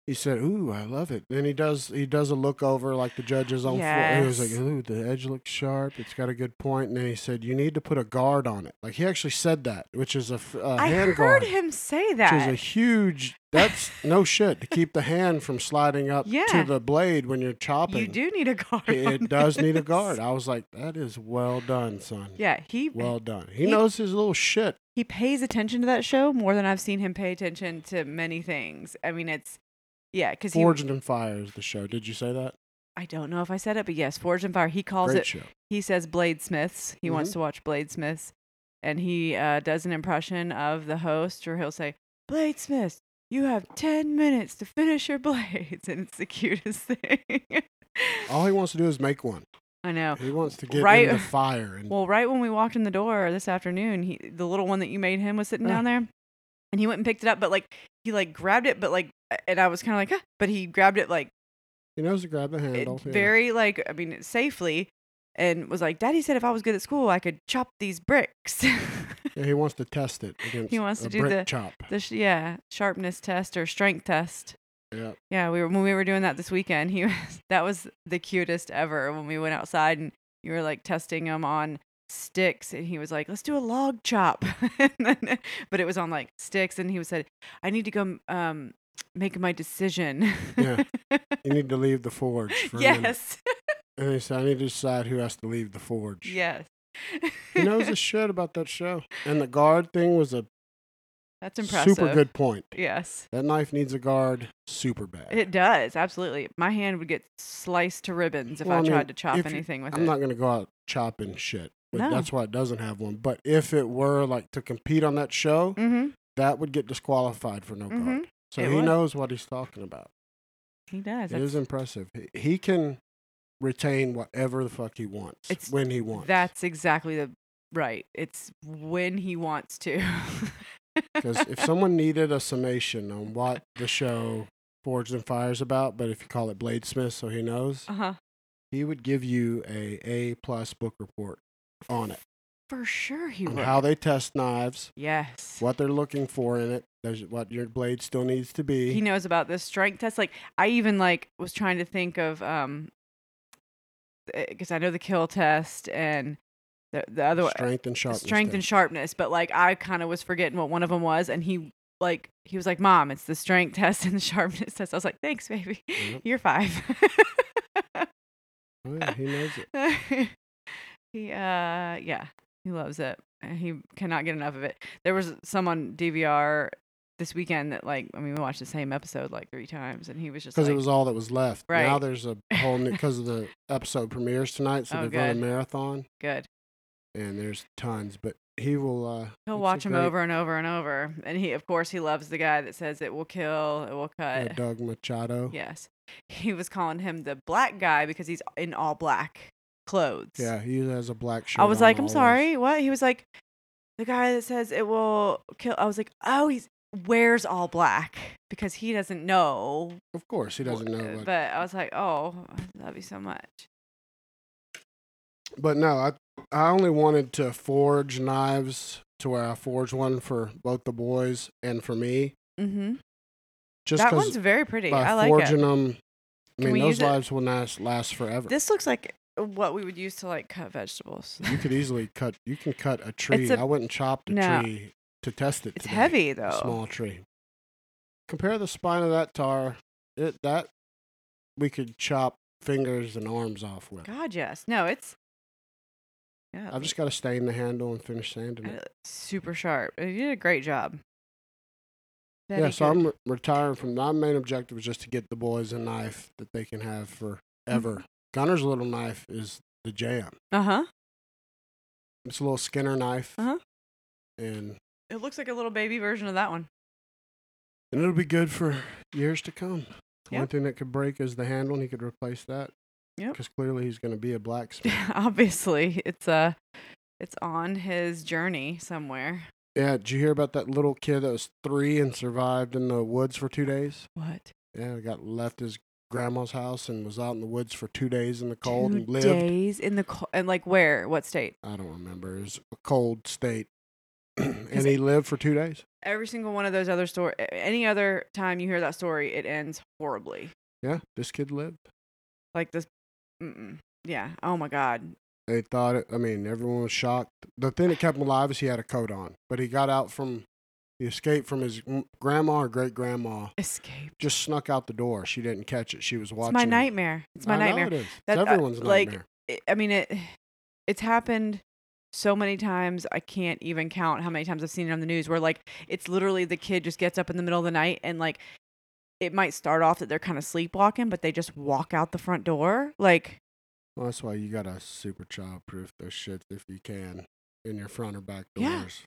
Speaker 2: He said, "Ooh, I love it." Then he does he does a look over like the judges on floor. He was
Speaker 1: Yes.
Speaker 2: like, "Ooh, the edge looks sharp. It's got a good point." And then he said, "You need to put a guard on it." Like he actually said that, which is a, f- a
Speaker 1: I
Speaker 2: hand
Speaker 1: heard
Speaker 2: guard.
Speaker 1: him say
Speaker 2: which
Speaker 1: that.
Speaker 2: is a huge that's no shit to keep the hand from sliding up
Speaker 1: Yeah.
Speaker 2: to the blade when you're chopping
Speaker 1: You do need a guard.
Speaker 2: it,
Speaker 1: on
Speaker 2: it does need
Speaker 1: this.
Speaker 2: a guard i was like that is well done son
Speaker 1: Yeah, he
Speaker 2: well done he,
Speaker 1: He-
Speaker 2: knows his little shit
Speaker 1: he pays attention to that show more than I've seen him pay attention to many things. I mean, it's yeah, because he.
Speaker 2: forged and fire is the show did you say that
Speaker 1: I don't know if I said it, but yes, Forge and Fire. He calls
Speaker 2: great Mm-hmm.
Speaker 1: it.
Speaker 2: show
Speaker 1: He says bladesmiths. He wants to watch bladesmiths, and he uh, does an impression of the host, or he'll say, "Bladesmiths, you have ten minutes to finish your blades," and it's the cutest thing.
Speaker 2: all he wants to do is make one
Speaker 1: I know.
Speaker 2: he wants to get
Speaker 1: Right-
Speaker 2: into fire and
Speaker 1: Well, right when we walked in the door this afternoon, he the little one that you made him was sitting
Speaker 2: Yeah.
Speaker 1: down there, and he went and picked it up. But like he like grabbed it, but like and I was kind of like, "Huh," but he grabbed it like
Speaker 2: he knows to grab the
Speaker 1: it-
Speaker 2: handle yeah.
Speaker 1: very like I mean safely, and was like, "Daddy said if I was good at school, I could chop these bricks."
Speaker 2: Yeah, he wants to test it against
Speaker 1: wants
Speaker 2: a
Speaker 1: to do
Speaker 2: brick
Speaker 1: the-
Speaker 2: chop
Speaker 1: the sh- yeah sharpness test or strength test.
Speaker 2: yeah
Speaker 1: Yeah, we were when we were doing that this weekend. He was that was the cutest ever when we went outside and you were like testing him on sticks and he was like, "Let's do a log chop," And then- but it was on like sticks and he was said, "I need to go um make my decision."
Speaker 2: Yeah, you need to leave the forge for a minute.
Speaker 1: yes.
Speaker 2: and he said i need to decide who has to leave the forge
Speaker 1: Yes.
Speaker 2: He knows his shit about that show. And the guard thing was a
Speaker 1: That's impressive.
Speaker 2: super good point.
Speaker 1: Yes.
Speaker 2: That knife needs a guard super bad.
Speaker 1: It does, absolutely. My hand would get sliced to ribbons if
Speaker 2: Well,
Speaker 1: I,
Speaker 2: I mean,
Speaker 1: tried to chop
Speaker 2: if you-
Speaker 1: anything with
Speaker 2: I'm
Speaker 1: it.
Speaker 2: not going to go out chopping shit. But
Speaker 1: No.
Speaker 2: That's why it doesn't have one. But if it were like to compete on that show,
Speaker 1: mm-hmm.
Speaker 2: that would get disqualified for no guard.
Speaker 1: Mhm.
Speaker 2: So
Speaker 1: It
Speaker 2: he
Speaker 1: would.
Speaker 2: knows what he's talking about.
Speaker 1: He does.
Speaker 2: It
Speaker 1: That's,
Speaker 2: is impressive. He, he can retain whatever the fuck he wants
Speaker 1: It's-
Speaker 2: when he wants.
Speaker 1: that's exactly the right. It's when he wants to.
Speaker 2: because if someone needed a summation on what the show Forged and Fire's about, but if you call it Bladesmith, so he knows,
Speaker 1: uh-huh.
Speaker 2: he would give you a A plus book report on it,
Speaker 1: For sure he
Speaker 2: on
Speaker 1: would.
Speaker 2: how they test knives,
Speaker 1: yes.
Speaker 2: what they're looking for in it, there's what your blade still needs
Speaker 1: he
Speaker 2: to be.
Speaker 1: knows about this strength test like i even like was trying to think of um because i know the kill test and the, the other one
Speaker 2: Strength and sharpness.
Speaker 1: strength and
Speaker 2: test.
Speaker 1: sharpness but like i kind of was forgetting what one of them was and he like he was like mom it's the strength test and the sharpness test i was like thanks baby
Speaker 2: Yep.
Speaker 1: you're five
Speaker 2: Oh, yeah, he knows it.
Speaker 1: he uh yeah he loves it and he cannot get enough of it there was some on dvr this weekend that like i mean we watched the same episode like three times and he was just
Speaker 2: Because
Speaker 1: like
Speaker 2: it was all that was left. Now
Speaker 1: Right.
Speaker 2: there's a whole new, because of the episode premieres tonight, so
Speaker 1: Oh,
Speaker 2: they've run a
Speaker 1: good.
Speaker 2: marathon,
Speaker 1: good
Speaker 2: and there's tons, but he will. uh
Speaker 1: he'll
Speaker 2: it's a
Speaker 1: watch him
Speaker 2: great-
Speaker 1: over and over and over and he of course he loves the guy that says it will kill it will
Speaker 2: yeah,
Speaker 1: cut
Speaker 2: uh, Doug Machado.
Speaker 1: yes he was calling him the black guy because he's in all black clothes
Speaker 2: Yeah, he has a black shirt.
Speaker 1: I was
Speaker 2: on
Speaker 1: like, I'm
Speaker 2: always.
Speaker 1: sorry. What? He was like, the guy that says it will kill. I was like, oh, he's wears all black because he doesn't know.
Speaker 2: Of course, he
Speaker 1: wh-
Speaker 2: doesn't know.
Speaker 1: uh,
Speaker 2: What,
Speaker 1: But I was like, oh, I love you so much.
Speaker 2: but no, I I only wanted to forge knives to where I forge one for both the boys and for me,
Speaker 1: Mm-hmm.
Speaker 2: just
Speaker 1: That one's
Speaker 2: because
Speaker 1: very pretty.
Speaker 2: by
Speaker 1: I like
Speaker 2: forging
Speaker 1: it.
Speaker 2: them, I
Speaker 1: Can
Speaker 2: mean
Speaker 1: we
Speaker 2: those
Speaker 1: use it-
Speaker 2: knives will last last forever.
Speaker 1: This looks like what we would use to like cut vegetables.
Speaker 2: you could easily cut. You can cut a tree. I
Speaker 1: a-
Speaker 2: I wouldn't chop the
Speaker 1: No.
Speaker 2: tree to test it.
Speaker 1: it's
Speaker 2: today,
Speaker 1: heavy
Speaker 2: a
Speaker 1: though.
Speaker 2: Small tree. Compare the spine of that tar. It that we could chop fingers and arms off with.
Speaker 1: God, yes. No, it's. Yeah,
Speaker 2: I've just got to stain the handle and finish sanding it.
Speaker 1: uh, super sharp. You did a great job. Very
Speaker 2: yeah, so
Speaker 1: good.
Speaker 2: I'm re- retiring from my main objective is just to get the boys a knife that they can have
Speaker 1: Mm-hmm.
Speaker 2: forever. Gunner's little knife is the jam.
Speaker 1: Uh-huh.
Speaker 2: It's a little Skinner knife,
Speaker 1: Uh-huh.
Speaker 2: and
Speaker 1: It looks like a little baby version of that one.
Speaker 2: and it'll be good for years to come. The
Speaker 1: Yeah.
Speaker 2: One thing that could break is the handle, and he could replace that.
Speaker 1: Yep.
Speaker 2: Because clearly he's going to be a blacksmith.
Speaker 1: obviously it's uh it's on his journey somewhere
Speaker 2: yeah. Did you hear about that little kid that was three and survived in the woods for two days?
Speaker 1: what
Speaker 2: Yeah, got left his grandma's house and was out in the woods for two days in the cold
Speaker 1: two
Speaker 2: and lived.
Speaker 1: days in the cold and like where what state
Speaker 2: I don't remember. It was a cold state. and
Speaker 1: Is
Speaker 2: he lived for two days.
Speaker 1: every single one of those other story any other time you hear that story it ends horribly
Speaker 2: Yeah, this kid lived.
Speaker 1: like this mm-mm. yeah oh my god
Speaker 2: They thought it, I mean, everyone was shocked. The thing that kept him alive is he had a coat on, but he got out from, he escaped from his m- grandma or great grandma,
Speaker 1: escape
Speaker 2: just snuck out the door. She didn't catch it. She was watching.
Speaker 1: it's my
Speaker 2: him.
Speaker 1: nightmare it's my
Speaker 2: I know
Speaker 1: nightmare
Speaker 2: It is. It's
Speaker 1: That- uh,
Speaker 2: everyone's
Speaker 1: like,
Speaker 2: nightmare.
Speaker 1: it, I mean it it's happened so many times I can't even count how many times I've seen it on the news where like it's literally the kid just gets up in the middle of the night and like it might start off that they're kind of sleepwalking but they just walk out the front door like
Speaker 2: Well, that's why you got to super child proof those shits if you can in your front or back
Speaker 1: Yeah.
Speaker 2: doors.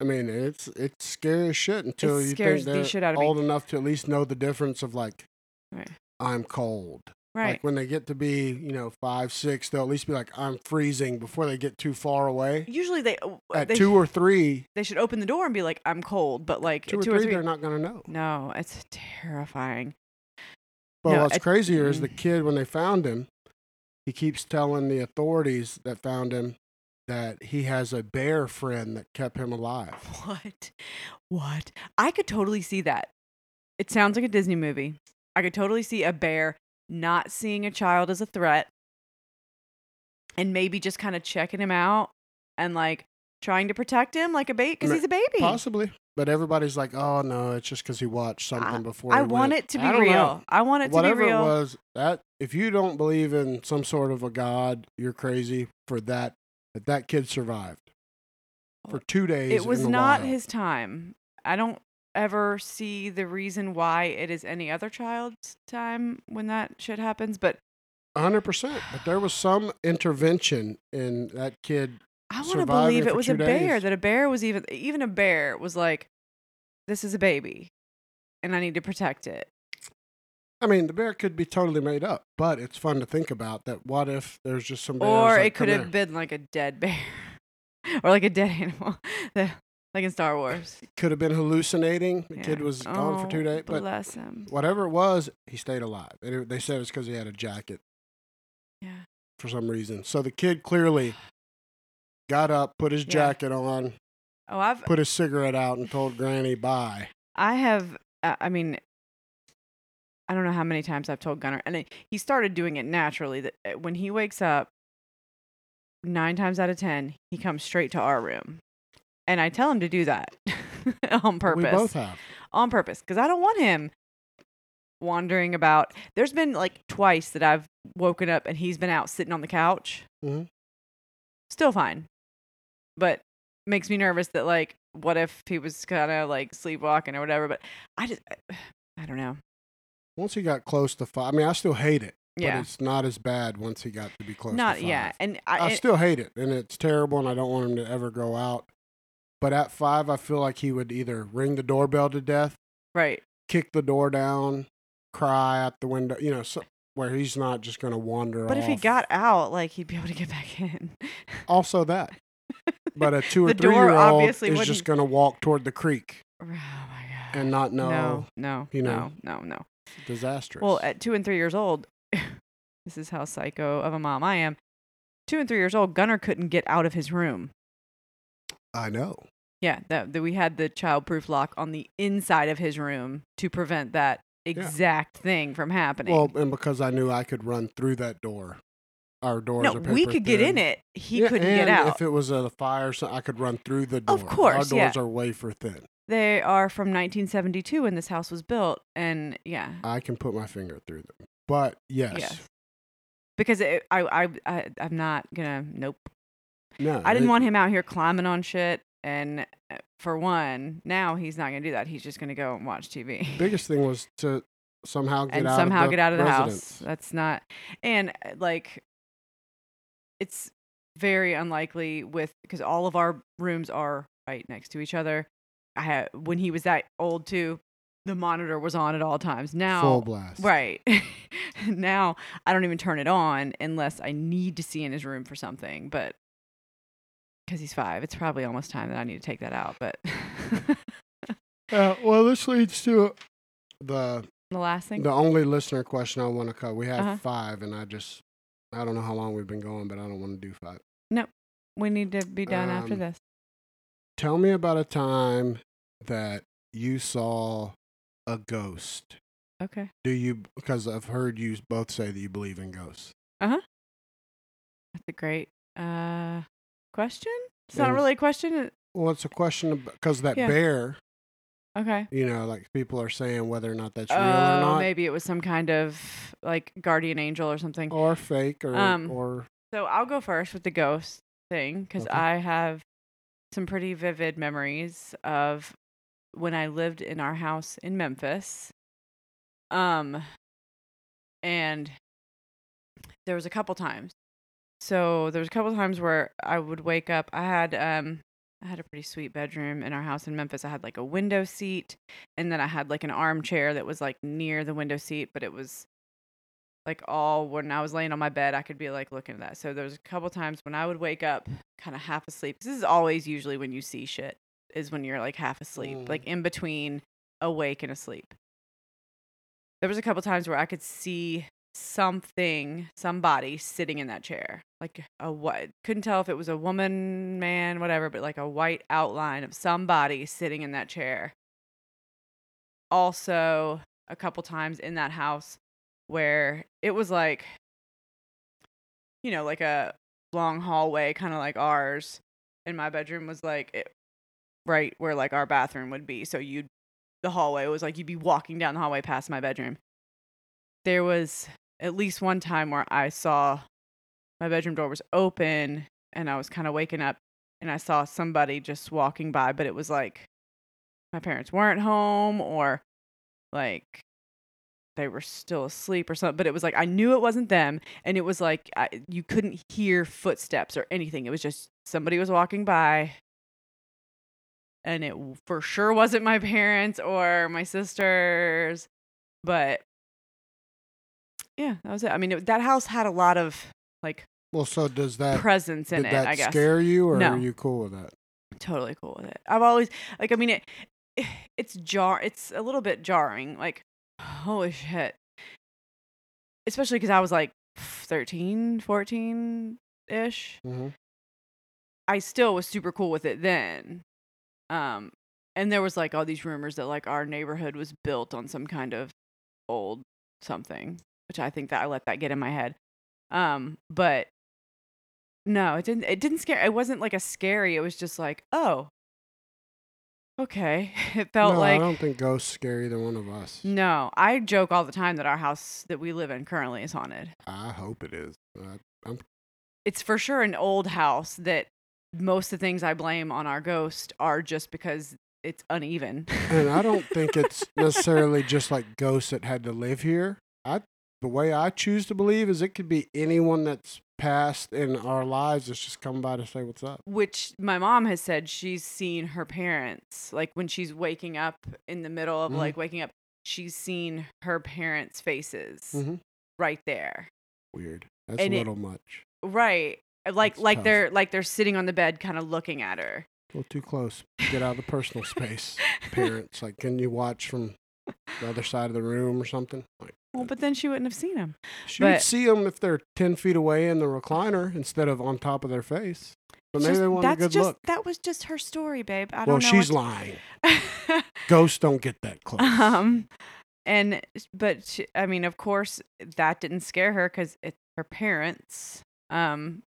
Speaker 2: I mean, it's it's scary as shit until you
Speaker 1: scares
Speaker 2: think
Speaker 1: the
Speaker 2: they're
Speaker 1: shit out of me.
Speaker 2: old enough to at least know the difference of like,
Speaker 1: Right.
Speaker 2: I'm cold.
Speaker 1: right
Speaker 2: Like when they get to be, you know, five, six, they'll at least be like, I'm freezing before they get too far away.
Speaker 1: usually they uh,
Speaker 2: At
Speaker 1: they,
Speaker 2: two or three,
Speaker 1: they should open the door and be like I'm cold but like
Speaker 2: two or 3 three, they're not going to know.
Speaker 1: no it's terrifying
Speaker 2: But
Speaker 1: No,
Speaker 2: what's
Speaker 1: at-
Speaker 2: crazier is the
Speaker 1: mm.
Speaker 2: kid when they found him, he keeps telling the authorities that found him that he has a bear friend that kept him alive.
Speaker 1: What? What? I could totally see that. It sounds like a Disney movie. I could totally see a bear not seeing a child as a threat and maybe just kind of checking him out and like trying to protect him like a bait because
Speaker 2: Ma-
Speaker 1: he's a baby.
Speaker 2: Possibly. But everybody's like, oh no, it's just because he watched something before.
Speaker 1: I
Speaker 2: he
Speaker 1: want
Speaker 2: went."
Speaker 1: it to
Speaker 2: I
Speaker 1: be
Speaker 2: don't
Speaker 1: real.
Speaker 2: know.
Speaker 1: I want it
Speaker 2: Whatever
Speaker 1: to be real.
Speaker 2: it was, that if you don't believe in some sort of a god, you're crazy for that that that kid survived for two days.
Speaker 1: Oh, It was
Speaker 2: in the
Speaker 1: not
Speaker 2: wild.
Speaker 1: his time. I don't ever see the reason why it is any other child's time when that shit happens, but
Speaker 2: hundred percent. But there was some intervention in that kid.
Speaker 1: I want to
Speaker 2: Surviving
Speaker 1: believe it
Speaker 2: for
Speaker 1: was
Speaker 2: two
Speaker 1: a bear
Speaker 2: days.
Speaker 1: that a bear was even even a bear was like this is a baby and I need to protect it.
Speaker 2: I mean, the bear could be totally made up, but it's fun to think about that. What if there's just some bears
Speaker 1: or
Speaker 2: like,
Speaker 1: it could
Speaker 2: "Come
Speaker 1: have
Speaker 2: here."
Speaker 1: been like a dead bear or like a dead animal. The- like in Star Wars.
Speaker 2: could have been hallucinating. The
Speaker 1: Yeah.
Speaker 2: kid was gone for
Speaker 1: Oh,
Speaker 2: two days, but
Speaker 1: bless him.
Speaker 2: whatever it was, he stayed alive. And it- they said it's because he had a jacket
Speaker 1: Yeah.
Speaker 2: for some reason. So the kid clearly got up, put his
Speaker 1: Yeah.
Speaker 2: jacket on,
Speaker 1: Oh, I've
Speaker 2: put his cigarette out, and told Granny bye.
Speaker 1: I have, uh, I mean, I don't know how many times I've told Gunnar, and it, he started doing it naturally. That uh, when he wakes up, nine times out of ten, he comes straight to our room, and I tell him to do that on purpose.
Speaker 2: We both have.
Speaker 1: On purpose, because I don't want him wandering about. There's been like twice that I've woken up and he's been out sitting on the couch.
Speaker 2: Mhm.
Speaker 1: Still fine, but makes me nervous that like, what if he was kind of like sleepwalking or whatever? But I just, I don't know.
Speaker 2: Once he got close to five, I mean, I still hate it, but
Speaker 1: Yeah,
Speaker 2: it's not as bad once he got to be close
Speaker 1: not
Speaker 2: to five.
Speaker 1: yeah, and
Speaker 2: I,
Speaker 1: I, and-
Speaker 2: still hate it, and it's terrible, and I don't want him to ever go out. But at five, I feel like he would either ring the doorbell to death,
Speaker 1: right.
Speaker 2: kick the door down, cry out the window, you know, so, where he's not just going to wander
Speaker 1: But if he
Speaker 2: off.
Speaker 1: got out, like he'd be able to get back in.
Speaker 2: Also that. But a two or
Speaker 1: The
Speaker 2: three
Speaker 1: door
Speaker 2: year old is
Speaker 1: obviously
Speaker 2: just
Speaker 1: wouldn't-
Speaker 2: going to walk toward the creek
Speaker 1: oh my god.
Speaker 2: and not know.
Speaker 1: no, no,
Speaker 2: you know.
Speaker 1: no, no, no.
Speaker 2: Disastrous.
Speaker 1: Well, at two and three years old, this is how psycho of a mom I am. Two and three years old, Gunnar couldn't get out of his room.
Speaker 2: I know.
Speaker 1: Yeah, that, that we had the childproof lock on the inside of his room to prevent that exact thing from happening.
Speaker 2: Well, and because I knew I could run through that door, our doors
Speaker 1: no,
Speaker 2: are
Speaker 1: we
Speaker 2: paper
Speaker 1: could get in
Speaker 2: thin.
Speaker 1: it. He
Speaker 2: Yeah,
Speaker 1: couldn't get
Speaker 2: and
Speaker 1: out.
Speaker 2: If it was a fire, so I could run through the door.
Speaker 1: Of course,
Speaker 2: our
Speaker 1: yeah.
Speaker 2: doors are wafer thin.
Speaker 1: they are from 1972 when this house was built, and yeah,
Speaker 2: I can put my finger through them. But yes,
Speaker 1: Yes. because it, I, I, I, I'm not gonna. Nope.
Speaker 2: no,
Speaker 1: I didn't
Speaker 2: it-
Speaker 1: want him out here climbing on shit. And uh, for one, now he's not going to do that. He's just going to go and watch TV
Speaker 2: Biggest thing was to somehow get
Speaker 1: and
Speaker 2: out
Speaker 1: somehow
Speaker 2: of the
Speaker 1: get out of the house.
Speaker 2: residence.
Speaker 1: That's not. And uh, like, it's very unlikely with because all of our rooms are right next to each other. I had when he was that old too, the monitor was on at all times. Now
Speaker 2: Full blast.
Speaker 1: Right. now I don't even turn it on unless I need to see in his room for something, but because he's five, it's probably almost time that I need to take that out. But
Speaker 2: Uh, well, this leads to the
Speaker 1: the last thing,
Speaker 2: the only listener question I want to cover. We have
Speaker 1: Uh-huh.
Speaker 2: five, and I just I don't know how long we've been going, but I don't want to do five.
Speaker 1: we need to be done after
Speaker 2: Um,
Speaker 1: this.
Speaker 2: Tell me about a time that you saw a ghost.
Speaker 1: Okay.
Speaker 2: Do you? Because I've heard you both say that you believe in ghosts.
Speaker 1: That's a great uh, question. It's not
Speaker 2: And-
Speaker 1: really a question. it-
Speaker 2: Well, it's a question because that
Speaker 1: Yeah.
Speaker 2: bear.
Speaker 1: Okay.
Speaker 2: You know, like people are saying whether or not that's real or
Speaker 1: Oh,
Speaker 2: not,
Speaker 1: maybe it was some kind of like guardian angel or something.
Speaker 2: or fake, or
Speaker 1: Um,
Speaker 2: or
Speaker 1: So I'll go first with the ghost thing because
Speaker 2: Okay.
Speaker 1: I have some pretty vivid memories of when I lived in our house in Memphis. Um, and there was a couple times. So there was a couple times where I would wake up. I had um, I had a pretty sweet bedroom in our house in Memphis. I had like a window seat, and then I had like an armchair that was like near the window seat, but it was like all when I was laying on my bed, I could be like looking at that. So there was a couple times when I would wake up kind of half asleep. This is always usually when you see shit is when you're like half asleep,
Speaker 2: Mm.
Speaker 1: like in between awake and asleep. There was a couple times where I could see something, somebody sitting in that chair. Like a what couldn't tell if it was a woman, man, whatever, but like a white outline of somebody sitting in that chair. Also, a couple times in that house where it was like you know like a long hallway kind of like ours and my bedroom was like it, right where like our bathroom would be so you'd the hallway was like you'd be walking down the hallway past my bedroom there was at least one time where i saw my bedroom door was open and I was kind of waking up and I saw somebody just walking by, but it was like my parents weren't home or like they were still asleep or something. But it was like I knew it wasn't them, and it was like I, you couldn't hear footsteps or anything. It was just somebody was walking by, and it w- for sure wasn't my parents or my sisters. But yeah, that was it. I mean, it, that house had a lot of like
Speaker 2: Well, so does that
Speaker 1: presence in
Speaker 2: did
Speaker 1: it.
Speaker 2: that
Speaker 1: I guess
Speaker 2: scare you, or
Speaker 1: No.
Speaker 2: are you cool with that?
Speaker 1: totally cool with it. I've always like I mean it it's jar it's a little bit jarring like holy shit. Especially cuz I was like 13, 14 ish.
Speaker 2: Mm-hmm.
Speaker 1: I still was super cool with it then. Um and there was like all these rumors that like our neighborhood was built on some kind of old something, which I think that I let that get in my head. Um but no, it didn't it didn't scare it wasn't like a scary, it was just like, oh. Okay. It felt
Speaker 2: no, I
Speaker 1: like
Speaker 2: don't think ghosts scare either one of us.
Speaker 1: no, I joke all the time that our house that we live in currently is haunted.
Speaker 2: I hope it is. I, I'm
Speaker 1: It's for sure an old house that most of the things I blame on our ghost are just because it's uneven.
Speaker 2: And I don't think it's necessarily just like ghosts that had to live here. I the way I choose to believe is it could be anyone that's passed in our lives that's just come by to say what's up.
Speaker 1: Which my mom has said she's seen her parents, like when she's waking up in the middle of
Speaker 2: Mhm.
Speaker 1: like waking up, she's seen her parents' faces
Speaker 2: Mhm.
Speaker 1: right there.
Speaker 2: Weird. That's
Speaker 1: And
Speaker 2: a
Speaker 1: it-
Speaker 2: little much.
Speaker 1: Right. uh, Like
Speaker 2: That's
Speaker 1: like
Speaker 2: tough.
Speaker 1: they're like they're sitting on the bed kind of looking at her.
Speaker 2: A little too close. Get out of the personal space. Parents, like, can you watch from the other side of the room or something? Like,
Speaker 1: Well, but then she wouldn't have seen him.
Speaker 2: she would
Speaker 1: But-
Speaker 2: see them if they're ten feet away in the recliner instead of on top of their face. But maybe
Speaker 1: Just-
Speaker 2: they want a
Speaker 1: that's
Speaker 2: good
Speaker 1: just
Speaker 2: look.
Speaker 1: that was just her story, babe. I
Speaker 2: Well,
Speaker 1: don't know.
Speaker 2: she's lying. Ghosts don't get that close.
Speaker 1: um and but she, i mean of course that didn't scare her because it's her parents um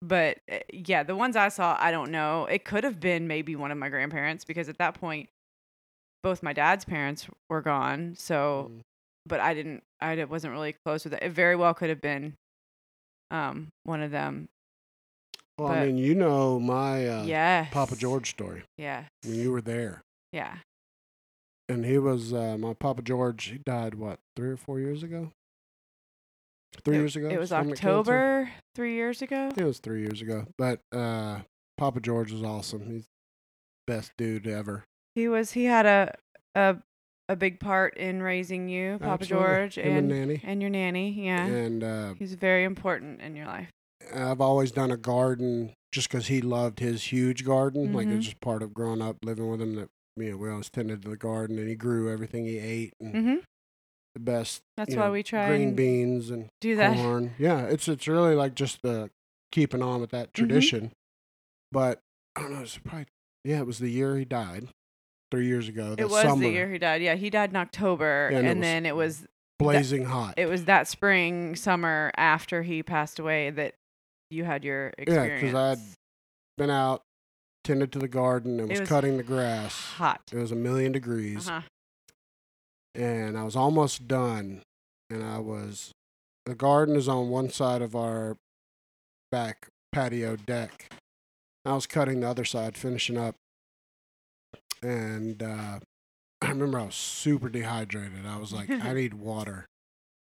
Speaker 1: but uh, yeah the ones i saw i don't know it could have been maybe one of my grandparents because at that point both my dad's parents were gone so
Speaker 2: Mm.
Speaker 1: but i didn't i di- wasn't really close with it it very well could have been um one of them
Speaker 2: Well, I
Speaker 1: but-
Speaker 2: mean, you know my uh,
Speaker 1: yes
Speaker 2: Papa George story.
Speaker 1: yeah
Speaker 2: I mean, you were there,
Speaker 1: yeah
Speaker 2: and he was uh, my Papa George. He died what three or four years ago? Three
Speaker 1: It-
Speaker 2: years ago.
Speaker 1: it was
Speaker 2: stomach cancer?
Speaker 1: october three years ago
Speaker 2: I think it was three years ago. But uh, Papa George was awesome. He's the best dude ever.
Speaker 1: He was. He had a a a big part in raising you, Papa
Speaker 2: Absolutely.
Speaker 1: George,
Speaker 2: Him
Speaker 1: and
Speaker 2: and
Speaker 1: and,
Speaker 2: Nanny.
Speaker 1: your nanny. Yeah.
Speaker 2: And uh,
Speaker 1: he's very important in your life.
Speaker 2: I've always done a garden just because he loved his huge garden. Like it
Speaker 1: Mhm.
Speaker 2: was just part of growing up, living with him. That you know, we always tended to the garden, and he grew everything he ate, and
Speaker 1: hmm
Speaker 2: Mm. the best.
Speaker 1: That's
Speaker 2: you
Speaker 1: why
Speaker 2: know,
Speaker 1: we try
Speaker 2: green
Speaker 1: and
Speaker 2: beans and
Speaker 1: do that.
Speaker 2: corn. Yeah, it's it's really like just the keeping on with that
Speaker 1: Mm-hmm.
Speaker 2: tradition. But I don't know. It's probably yeah. It was the year he died, three years ago. The
Speaker 1: It was
Speaker 2: summer,
Speaker 1: the year he died. Yeah, he died in October,
Speaker 2: Yeah, and
Speaker 1: and,
Speaker 2: it was-
Speaker 1: then it was
Speaker 2: blazing hot.
Speaker 1: it was that spring summer after he passed away that you had your
Speaker 2: Yeah,
Speaker 1: experience.
Speaker 2: because I had been out, tended to the garden, and
Speaker 1: It
Speaker 2: was,
Speaker 1: was
Speaker 2: cutting the grass.
Speaker 1: hot.
Speaker 2: It was a million degrees,
Speaker 1: Uh-huh.
Speaker 2: and I was almost done. And I was, the garden is on one side of our back patio deck. I was cutting the other side, finishing up, and uh, I remember I was super dehydrated. I was like, I need water.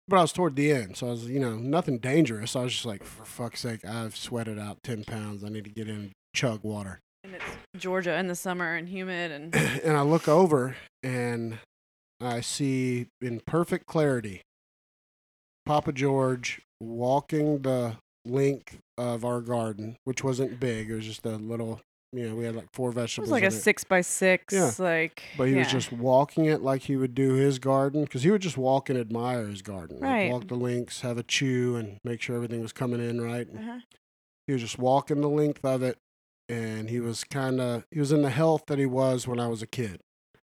Speaker 2: But I was toward the end, so I was, you know, nothing dangerous. I was just like, for fuck's sake, I've sweated out 10 pounds. I need to get in and chug water.
Speaker 1: And it's Georgia in the summer and humid and
Speaker 2: and I look over and I see in perfect clarity Papa George walking the length of our garden, which wasn't big. It was just a little, you know, we had like four
Speaker 1: it
Speaker 2: vegetables.
Speaker 1: was like
Speaker 2: in
Speaker 1: a
Speaker 2: it.
Speaker 1: six by six.
Speaker 2: Yeah.
Speaker 1: Like
Speaker 2: But he was
Speaker 1: yeah.
Speaker 2: just walking it like he would do his garden because he would just walk and admire his garden. like,
Speaker 1: Right.
Speaker 2: walk the links, have a chew, and make sure everything was coming in right. And
Speaker 1: Uh-huh.
Speaker 2: He was just walking the length of it. And he was kind of, he was in the health that he was when I was a kid.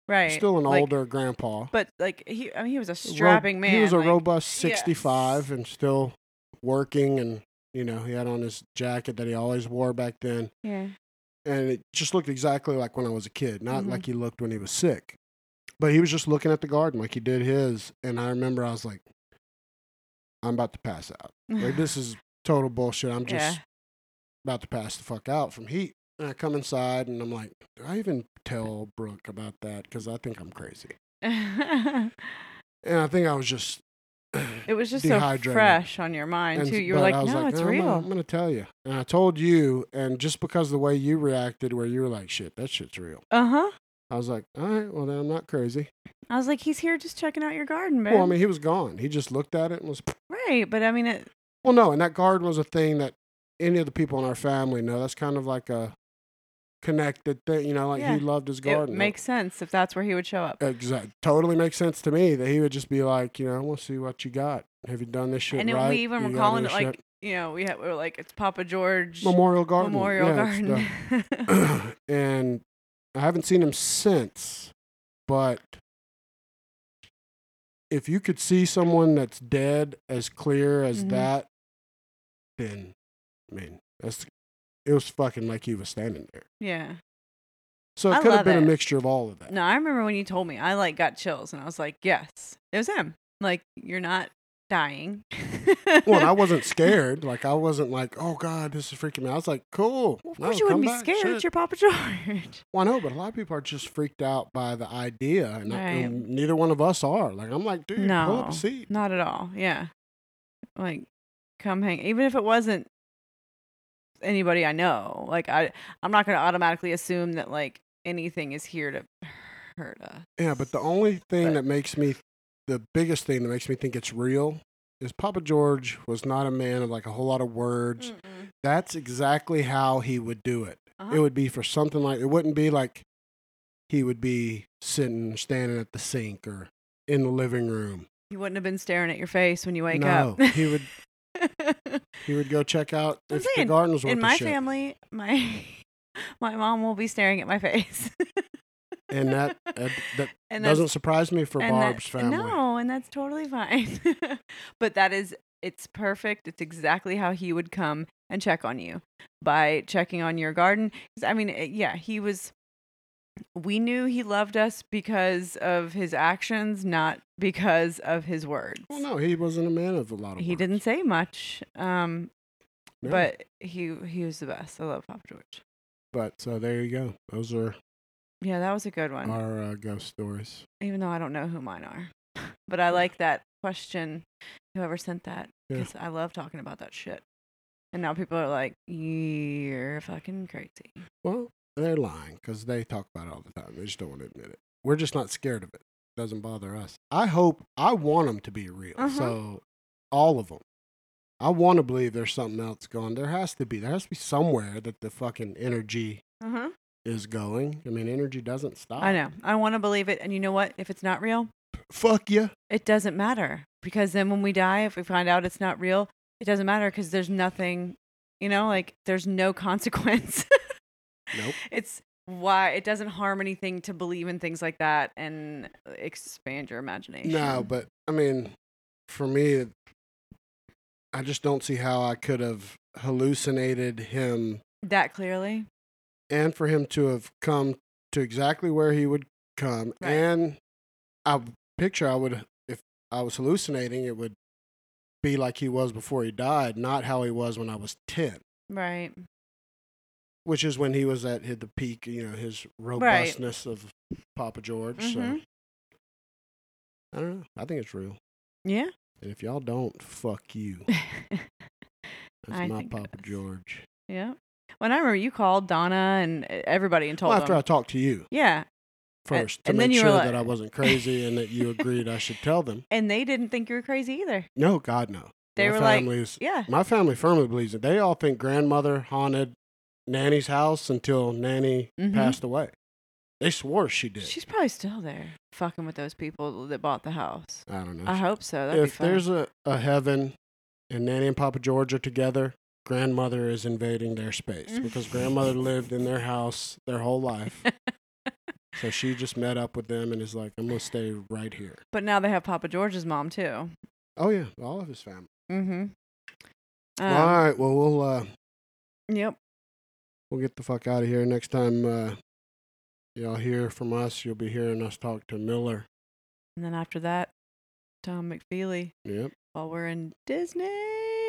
Speaker 1: right.
Speaker 2: Still an
Speaker 1: Like,
Speaker 2: older grandpa.
Speaker 1: But like he, I mean, he was a
Speaker 2: Ro-
Speaker 1: strapping man.
Speaker 2: He was a
Speaker 1: like,
Speaker 2: robust 65 and still working. And, you know, he had on his jacket that he always wore back then.
Speaker 1: Yeah.
Speaker 2: and it just looked exactly like when I was a kid, not
Speaker 1: Mhm.
Speaker 2: like he looked when he was sick. But he was just looking at the garden like he did his, and I remember I was like, "I'm about to pass out. Like this is total bullshit. I'm just
Speaker 1: Yeah.
Speaker 2: about to pass the fuck out from heat. And I come inside and I'm like, do I even tell Brooke about that? Because I think I'm crazy. And I think I was just.
Speaker 1: it was just so
Speaker 2: Dehydrated.
Speaker 1: fresh on your mind
Speaker 2: and-
Speaker 1: too. You were
Speaker 2: but
Speaker 1: like,
Speaker 2: I was
Speaker 1: no, it's
Speaker 2: I'm gonna-
Speaker 1: real.
Speaker 2: I'm, going to tell you. And I told you, and just because of the way you reacted, where you were like, shit, that shit's real.
Speaker 1: Uh huh.
Speaker 2: I was like, all right, well, then I'm not crazy.
Speaker 1: I was like, he's here just checking out your garden, man.
Speaker 2: Well, I mean, he was gone. He just looked at it and was,
Speaker 1: right, but I mean, it,
Speaker 2: well, no. And that garden was a thing that any of the people in our family know. That's kind of like a connected thing, you know, like
Speaker 1: Yeah.
Speaker 2: he loved his
Speaker 1: it
Speaker 2: garden.
Speaker 1: makes sense if that's where he would show up.
Speaker 2: Exactly. Totally makes sense to me that he would just be like, you know, we'll see what you got. Have you done this shit
Speaker 1: and then
Speaker 2: right?
Speaker 1: we even
Speaker 2: You
Speaker 1: were
Speaker 2: got
Speaker 1: calling
Speaker 2: any
Speaker 1: it like,
Speaker 2: shit?"
Speaker 1: you know, we, had, we were like, it's Papa George
Speaker 2: Memorial Garden.
Speaker 1: Memorial
Speaker 2: Yeah, it's uh,
Speaker 1: Garden.
Speaker 2: the- and I haven't seen him since, but if you could see someone that's dead as clear as
Speaker 1: Mhm.
Speaker 2: that, then I mean, that's it was fucking like he was standing there.
Speaker 1: yeah.
Speaker 2: So it
Speaker 1: I
Speaker 2: could
Speaker 1: love
Speaker 2: have been
Speaker 1: it.
Speaker 2: a mixture of all of that.
Speaker 1: No, I remember when you told me, I like got chills and I was like, yes, it was him. Like, you're not dying.
Speaker 2: Well, and I wasn't scared. Like I wasn't like, oh god, this is freaking me. out." I was like, cool.
Speaker 1: Well, of
Speaker 2: No,
Speaker 1: course, you wouldn't
Speaker 2: come
Speaker 1: be
Speaker 2: back,
Speaker 1: scared.
Speaker 2: shit."
Speaker 1: It's your Papa George.
Speaker 2: Well, I know, but a lot of people are just freaked out by the idea, and, I,
Speaker 1: Right.
Speaker 2: and neither one of us are. Like, I'm like, dude, pull
Speaker 1: No.
Speaker 2: up a seat.
Speaker 1: Not at all. Yeah. Like, come hang. Even if it wasn't anybody I know, like, I, I'm not going to automatically assume that, like, anything is here to hurt us.
Speaker 2: Yeah, but the only thing
Speaker 1: But-
Speaker 2: that makes me, the biggest thing that makes me think it's real, is Papa George was not a man of like a whole lot of words.
Speaker 1: Mm.
Speaker 2: That's exactly how he would do it.
Speaker 1: Uh-huh.
Speaker 2: It would be for something like it wouldn't be like he would be sitting, standing at the sink or in the living room.
Speaker 1: He wouldn't have been staring at your face when you wake
Speaker 2: no,
Speaker 1: up.
Speaker 2: he would he would go check out
Speaker 1: I'm
Speaker 2: if
Speaker 1: saying,
Speaker 2: the garden was worth
Speaker 1: In
Speaker 2: a
Speaker 1: my
Speaker 2: shit.
Speaker 1: family, my my mom will be staring at my face.
Speaker 2: and that that, that
Speaker 1: and that's-
Speaker 2: doesn't surprise me for
Speaker 1: and that-
Speaker 2: Barb's family.
Speaker 1: No, and that's totally fine. but that is it's perfect. It's exactly how he would come and check on you by checking on your garden. 'Cause, I mean, it- yeah, he was we knew he loved us because of his actions, not because of his words.
Speaker 2: Well, no, he wasn't a man of a lot of.
Speaker 1: he
Speaker 2: words.
Speaker 1: didn't say much. Um
Speaker 2: No.
Speaker 1: but he he was the best. I love Papa George.
Speaker 2: but so there you go. Those are
Speaker 1: Yeah, that was a good one.
Speaker 2: our uh, ghost stories.
Speaker 1: even though I don't know who mine are. But I like that question, whoever sent that,
Speaker 2: Yeah.
Speaker 1: because I love talking about that shit. And now people are like, you're fucking crazy.
Speaker 2: Well, they're lying because they talk about it all the time. They just don't want to admit it. We're just not scared of it. It doesn't bother us. I hope I want them to be real.
Speaker 1: Uh-huh.
Speaker 2: So all of them. I want to believe there's something else going. There has to be. There has to be somewhere that the fucking energy
Speaker 1: Uh-huh.
Speaker 2: is going. I mean, energy doesn't stop.
Speaker 1: I know. I want to believe it. And you know what? If it's not real,
Speaker 2: Fuck you.
Speaker 1: it doesn't matter. Because then when we die, if we find out it's not real, it doesn't matter because there's nothing, you know, like there's no consequence.
Speaker 2: Nope.
Speaker 1: it's why it doesn't harm anything to believe in things like that and expand your imagination.
Speaker 2: No, but I mean, for me, I just don't see how I could have hallucinated him
Speaker 1: that clearly.
Speaker 2: and for him to have come to exactly where he would come.
Speaker 1: Right.
Speaker 2: And I picture I would, if I was hallucinating, it would be like he was before he died, not how he was when I was 10,
Speaker 1: Right.
Speaker 2: which is when he was at his- the peak, you know, his robustness of Papa George. So
Speaker 1: Mhm.
Speaker 2: I don't know. I think it's real.
Speaker 1: Yeah.
Speaker 2: And if y'all don't, fuck you. That's
Speaker 1: I
Speaker 2: my
Speaker 1: think it
Speaker 2: Papa
Speaker 1: is.
Speaker 2: George.
Speaker 1: yeah. When I remember you called Donna and eh, everybody and told
Speaker 2: Well, Oh, after
Speaker 1: them.
Speaker 2: I talked to you
Speaker 1: yeah.
Speaker 2: first
Speaker 1: and
Speaker 2: to
Speaker 1: then
Speaker 2: make
Speaker 1: you were
Speaker 2: sure
Speaker 1: like-
Speaker 2: that I wasn't crazy and that you agreed I should tell them.
Speaker 1: And they didn't think you were crazy either.
Speaker 2: No, God, no.
Speaker 1: They
Speaker 2: my
Speaker 1: were like,
Speaker 2: family's,
Speaker 1: Yeah.
Speaker 2: my family firmly believes it. They all think grandmother haunted Nanny's house until Nanny
Speaker 1: Mhm.
Speaker 2: passed away. They swore she did.
Speaker 1: She's probably still there fucking with those people that bought the house.
Speaker 2: I don't know.
Speaker 1: I hope so. That'd be
Speaker 2: if
Speaker 1: fun.
Speaker 2: there's a, a heaven and Nanny and Papa George are together, grandmother is invading their
Speaker 1: Mm.
Speaker 2: space because grandmother lived in their house their whole life. so she just met up with them and is like, I'm going to stay right here.
Speaker 1: but now they have Papa George's mom too.
Speaker 2: Oh, yeah. All of his family.
Speaker 1: Mm-hmm. Um,
Speaker 2: all right. Well, we'll, uh,
Speaker 1: Um, Yep.
Speaker 2: we'll get the fuck out of here. Next time uh, y'all hear from us, you'll be hearing us talk to Miller.
Speaker 1: And then after that, Tom McFeely
Speaker 2: Yep.
Speaker 1: while we're in Disney.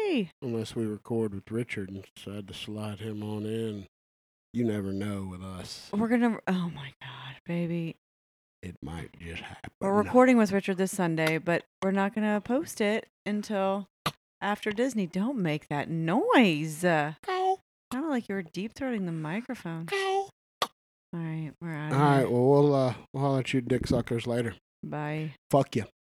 Speaker 1: Hey,
Speaker 2: unless we record with Richard and decide to slide him on in. You never know with us.
Speaker 1: we're gonna. Oh my god, baby.
Speaker 2: It might just happen.
Speaker 1: We're recording with Richard this Sunday, but we're not gonna post it until after Disney. Don't make that noise. Uh,
Speaker 2: All
Speaker 1: sounded like you were deep throating the microphone. All right, we're out.
Speaker 2: right, well, we'll, uh, we'll holler at you dick suckers later.
Speaker 1: Bye.
Speaker 2: Fuck you.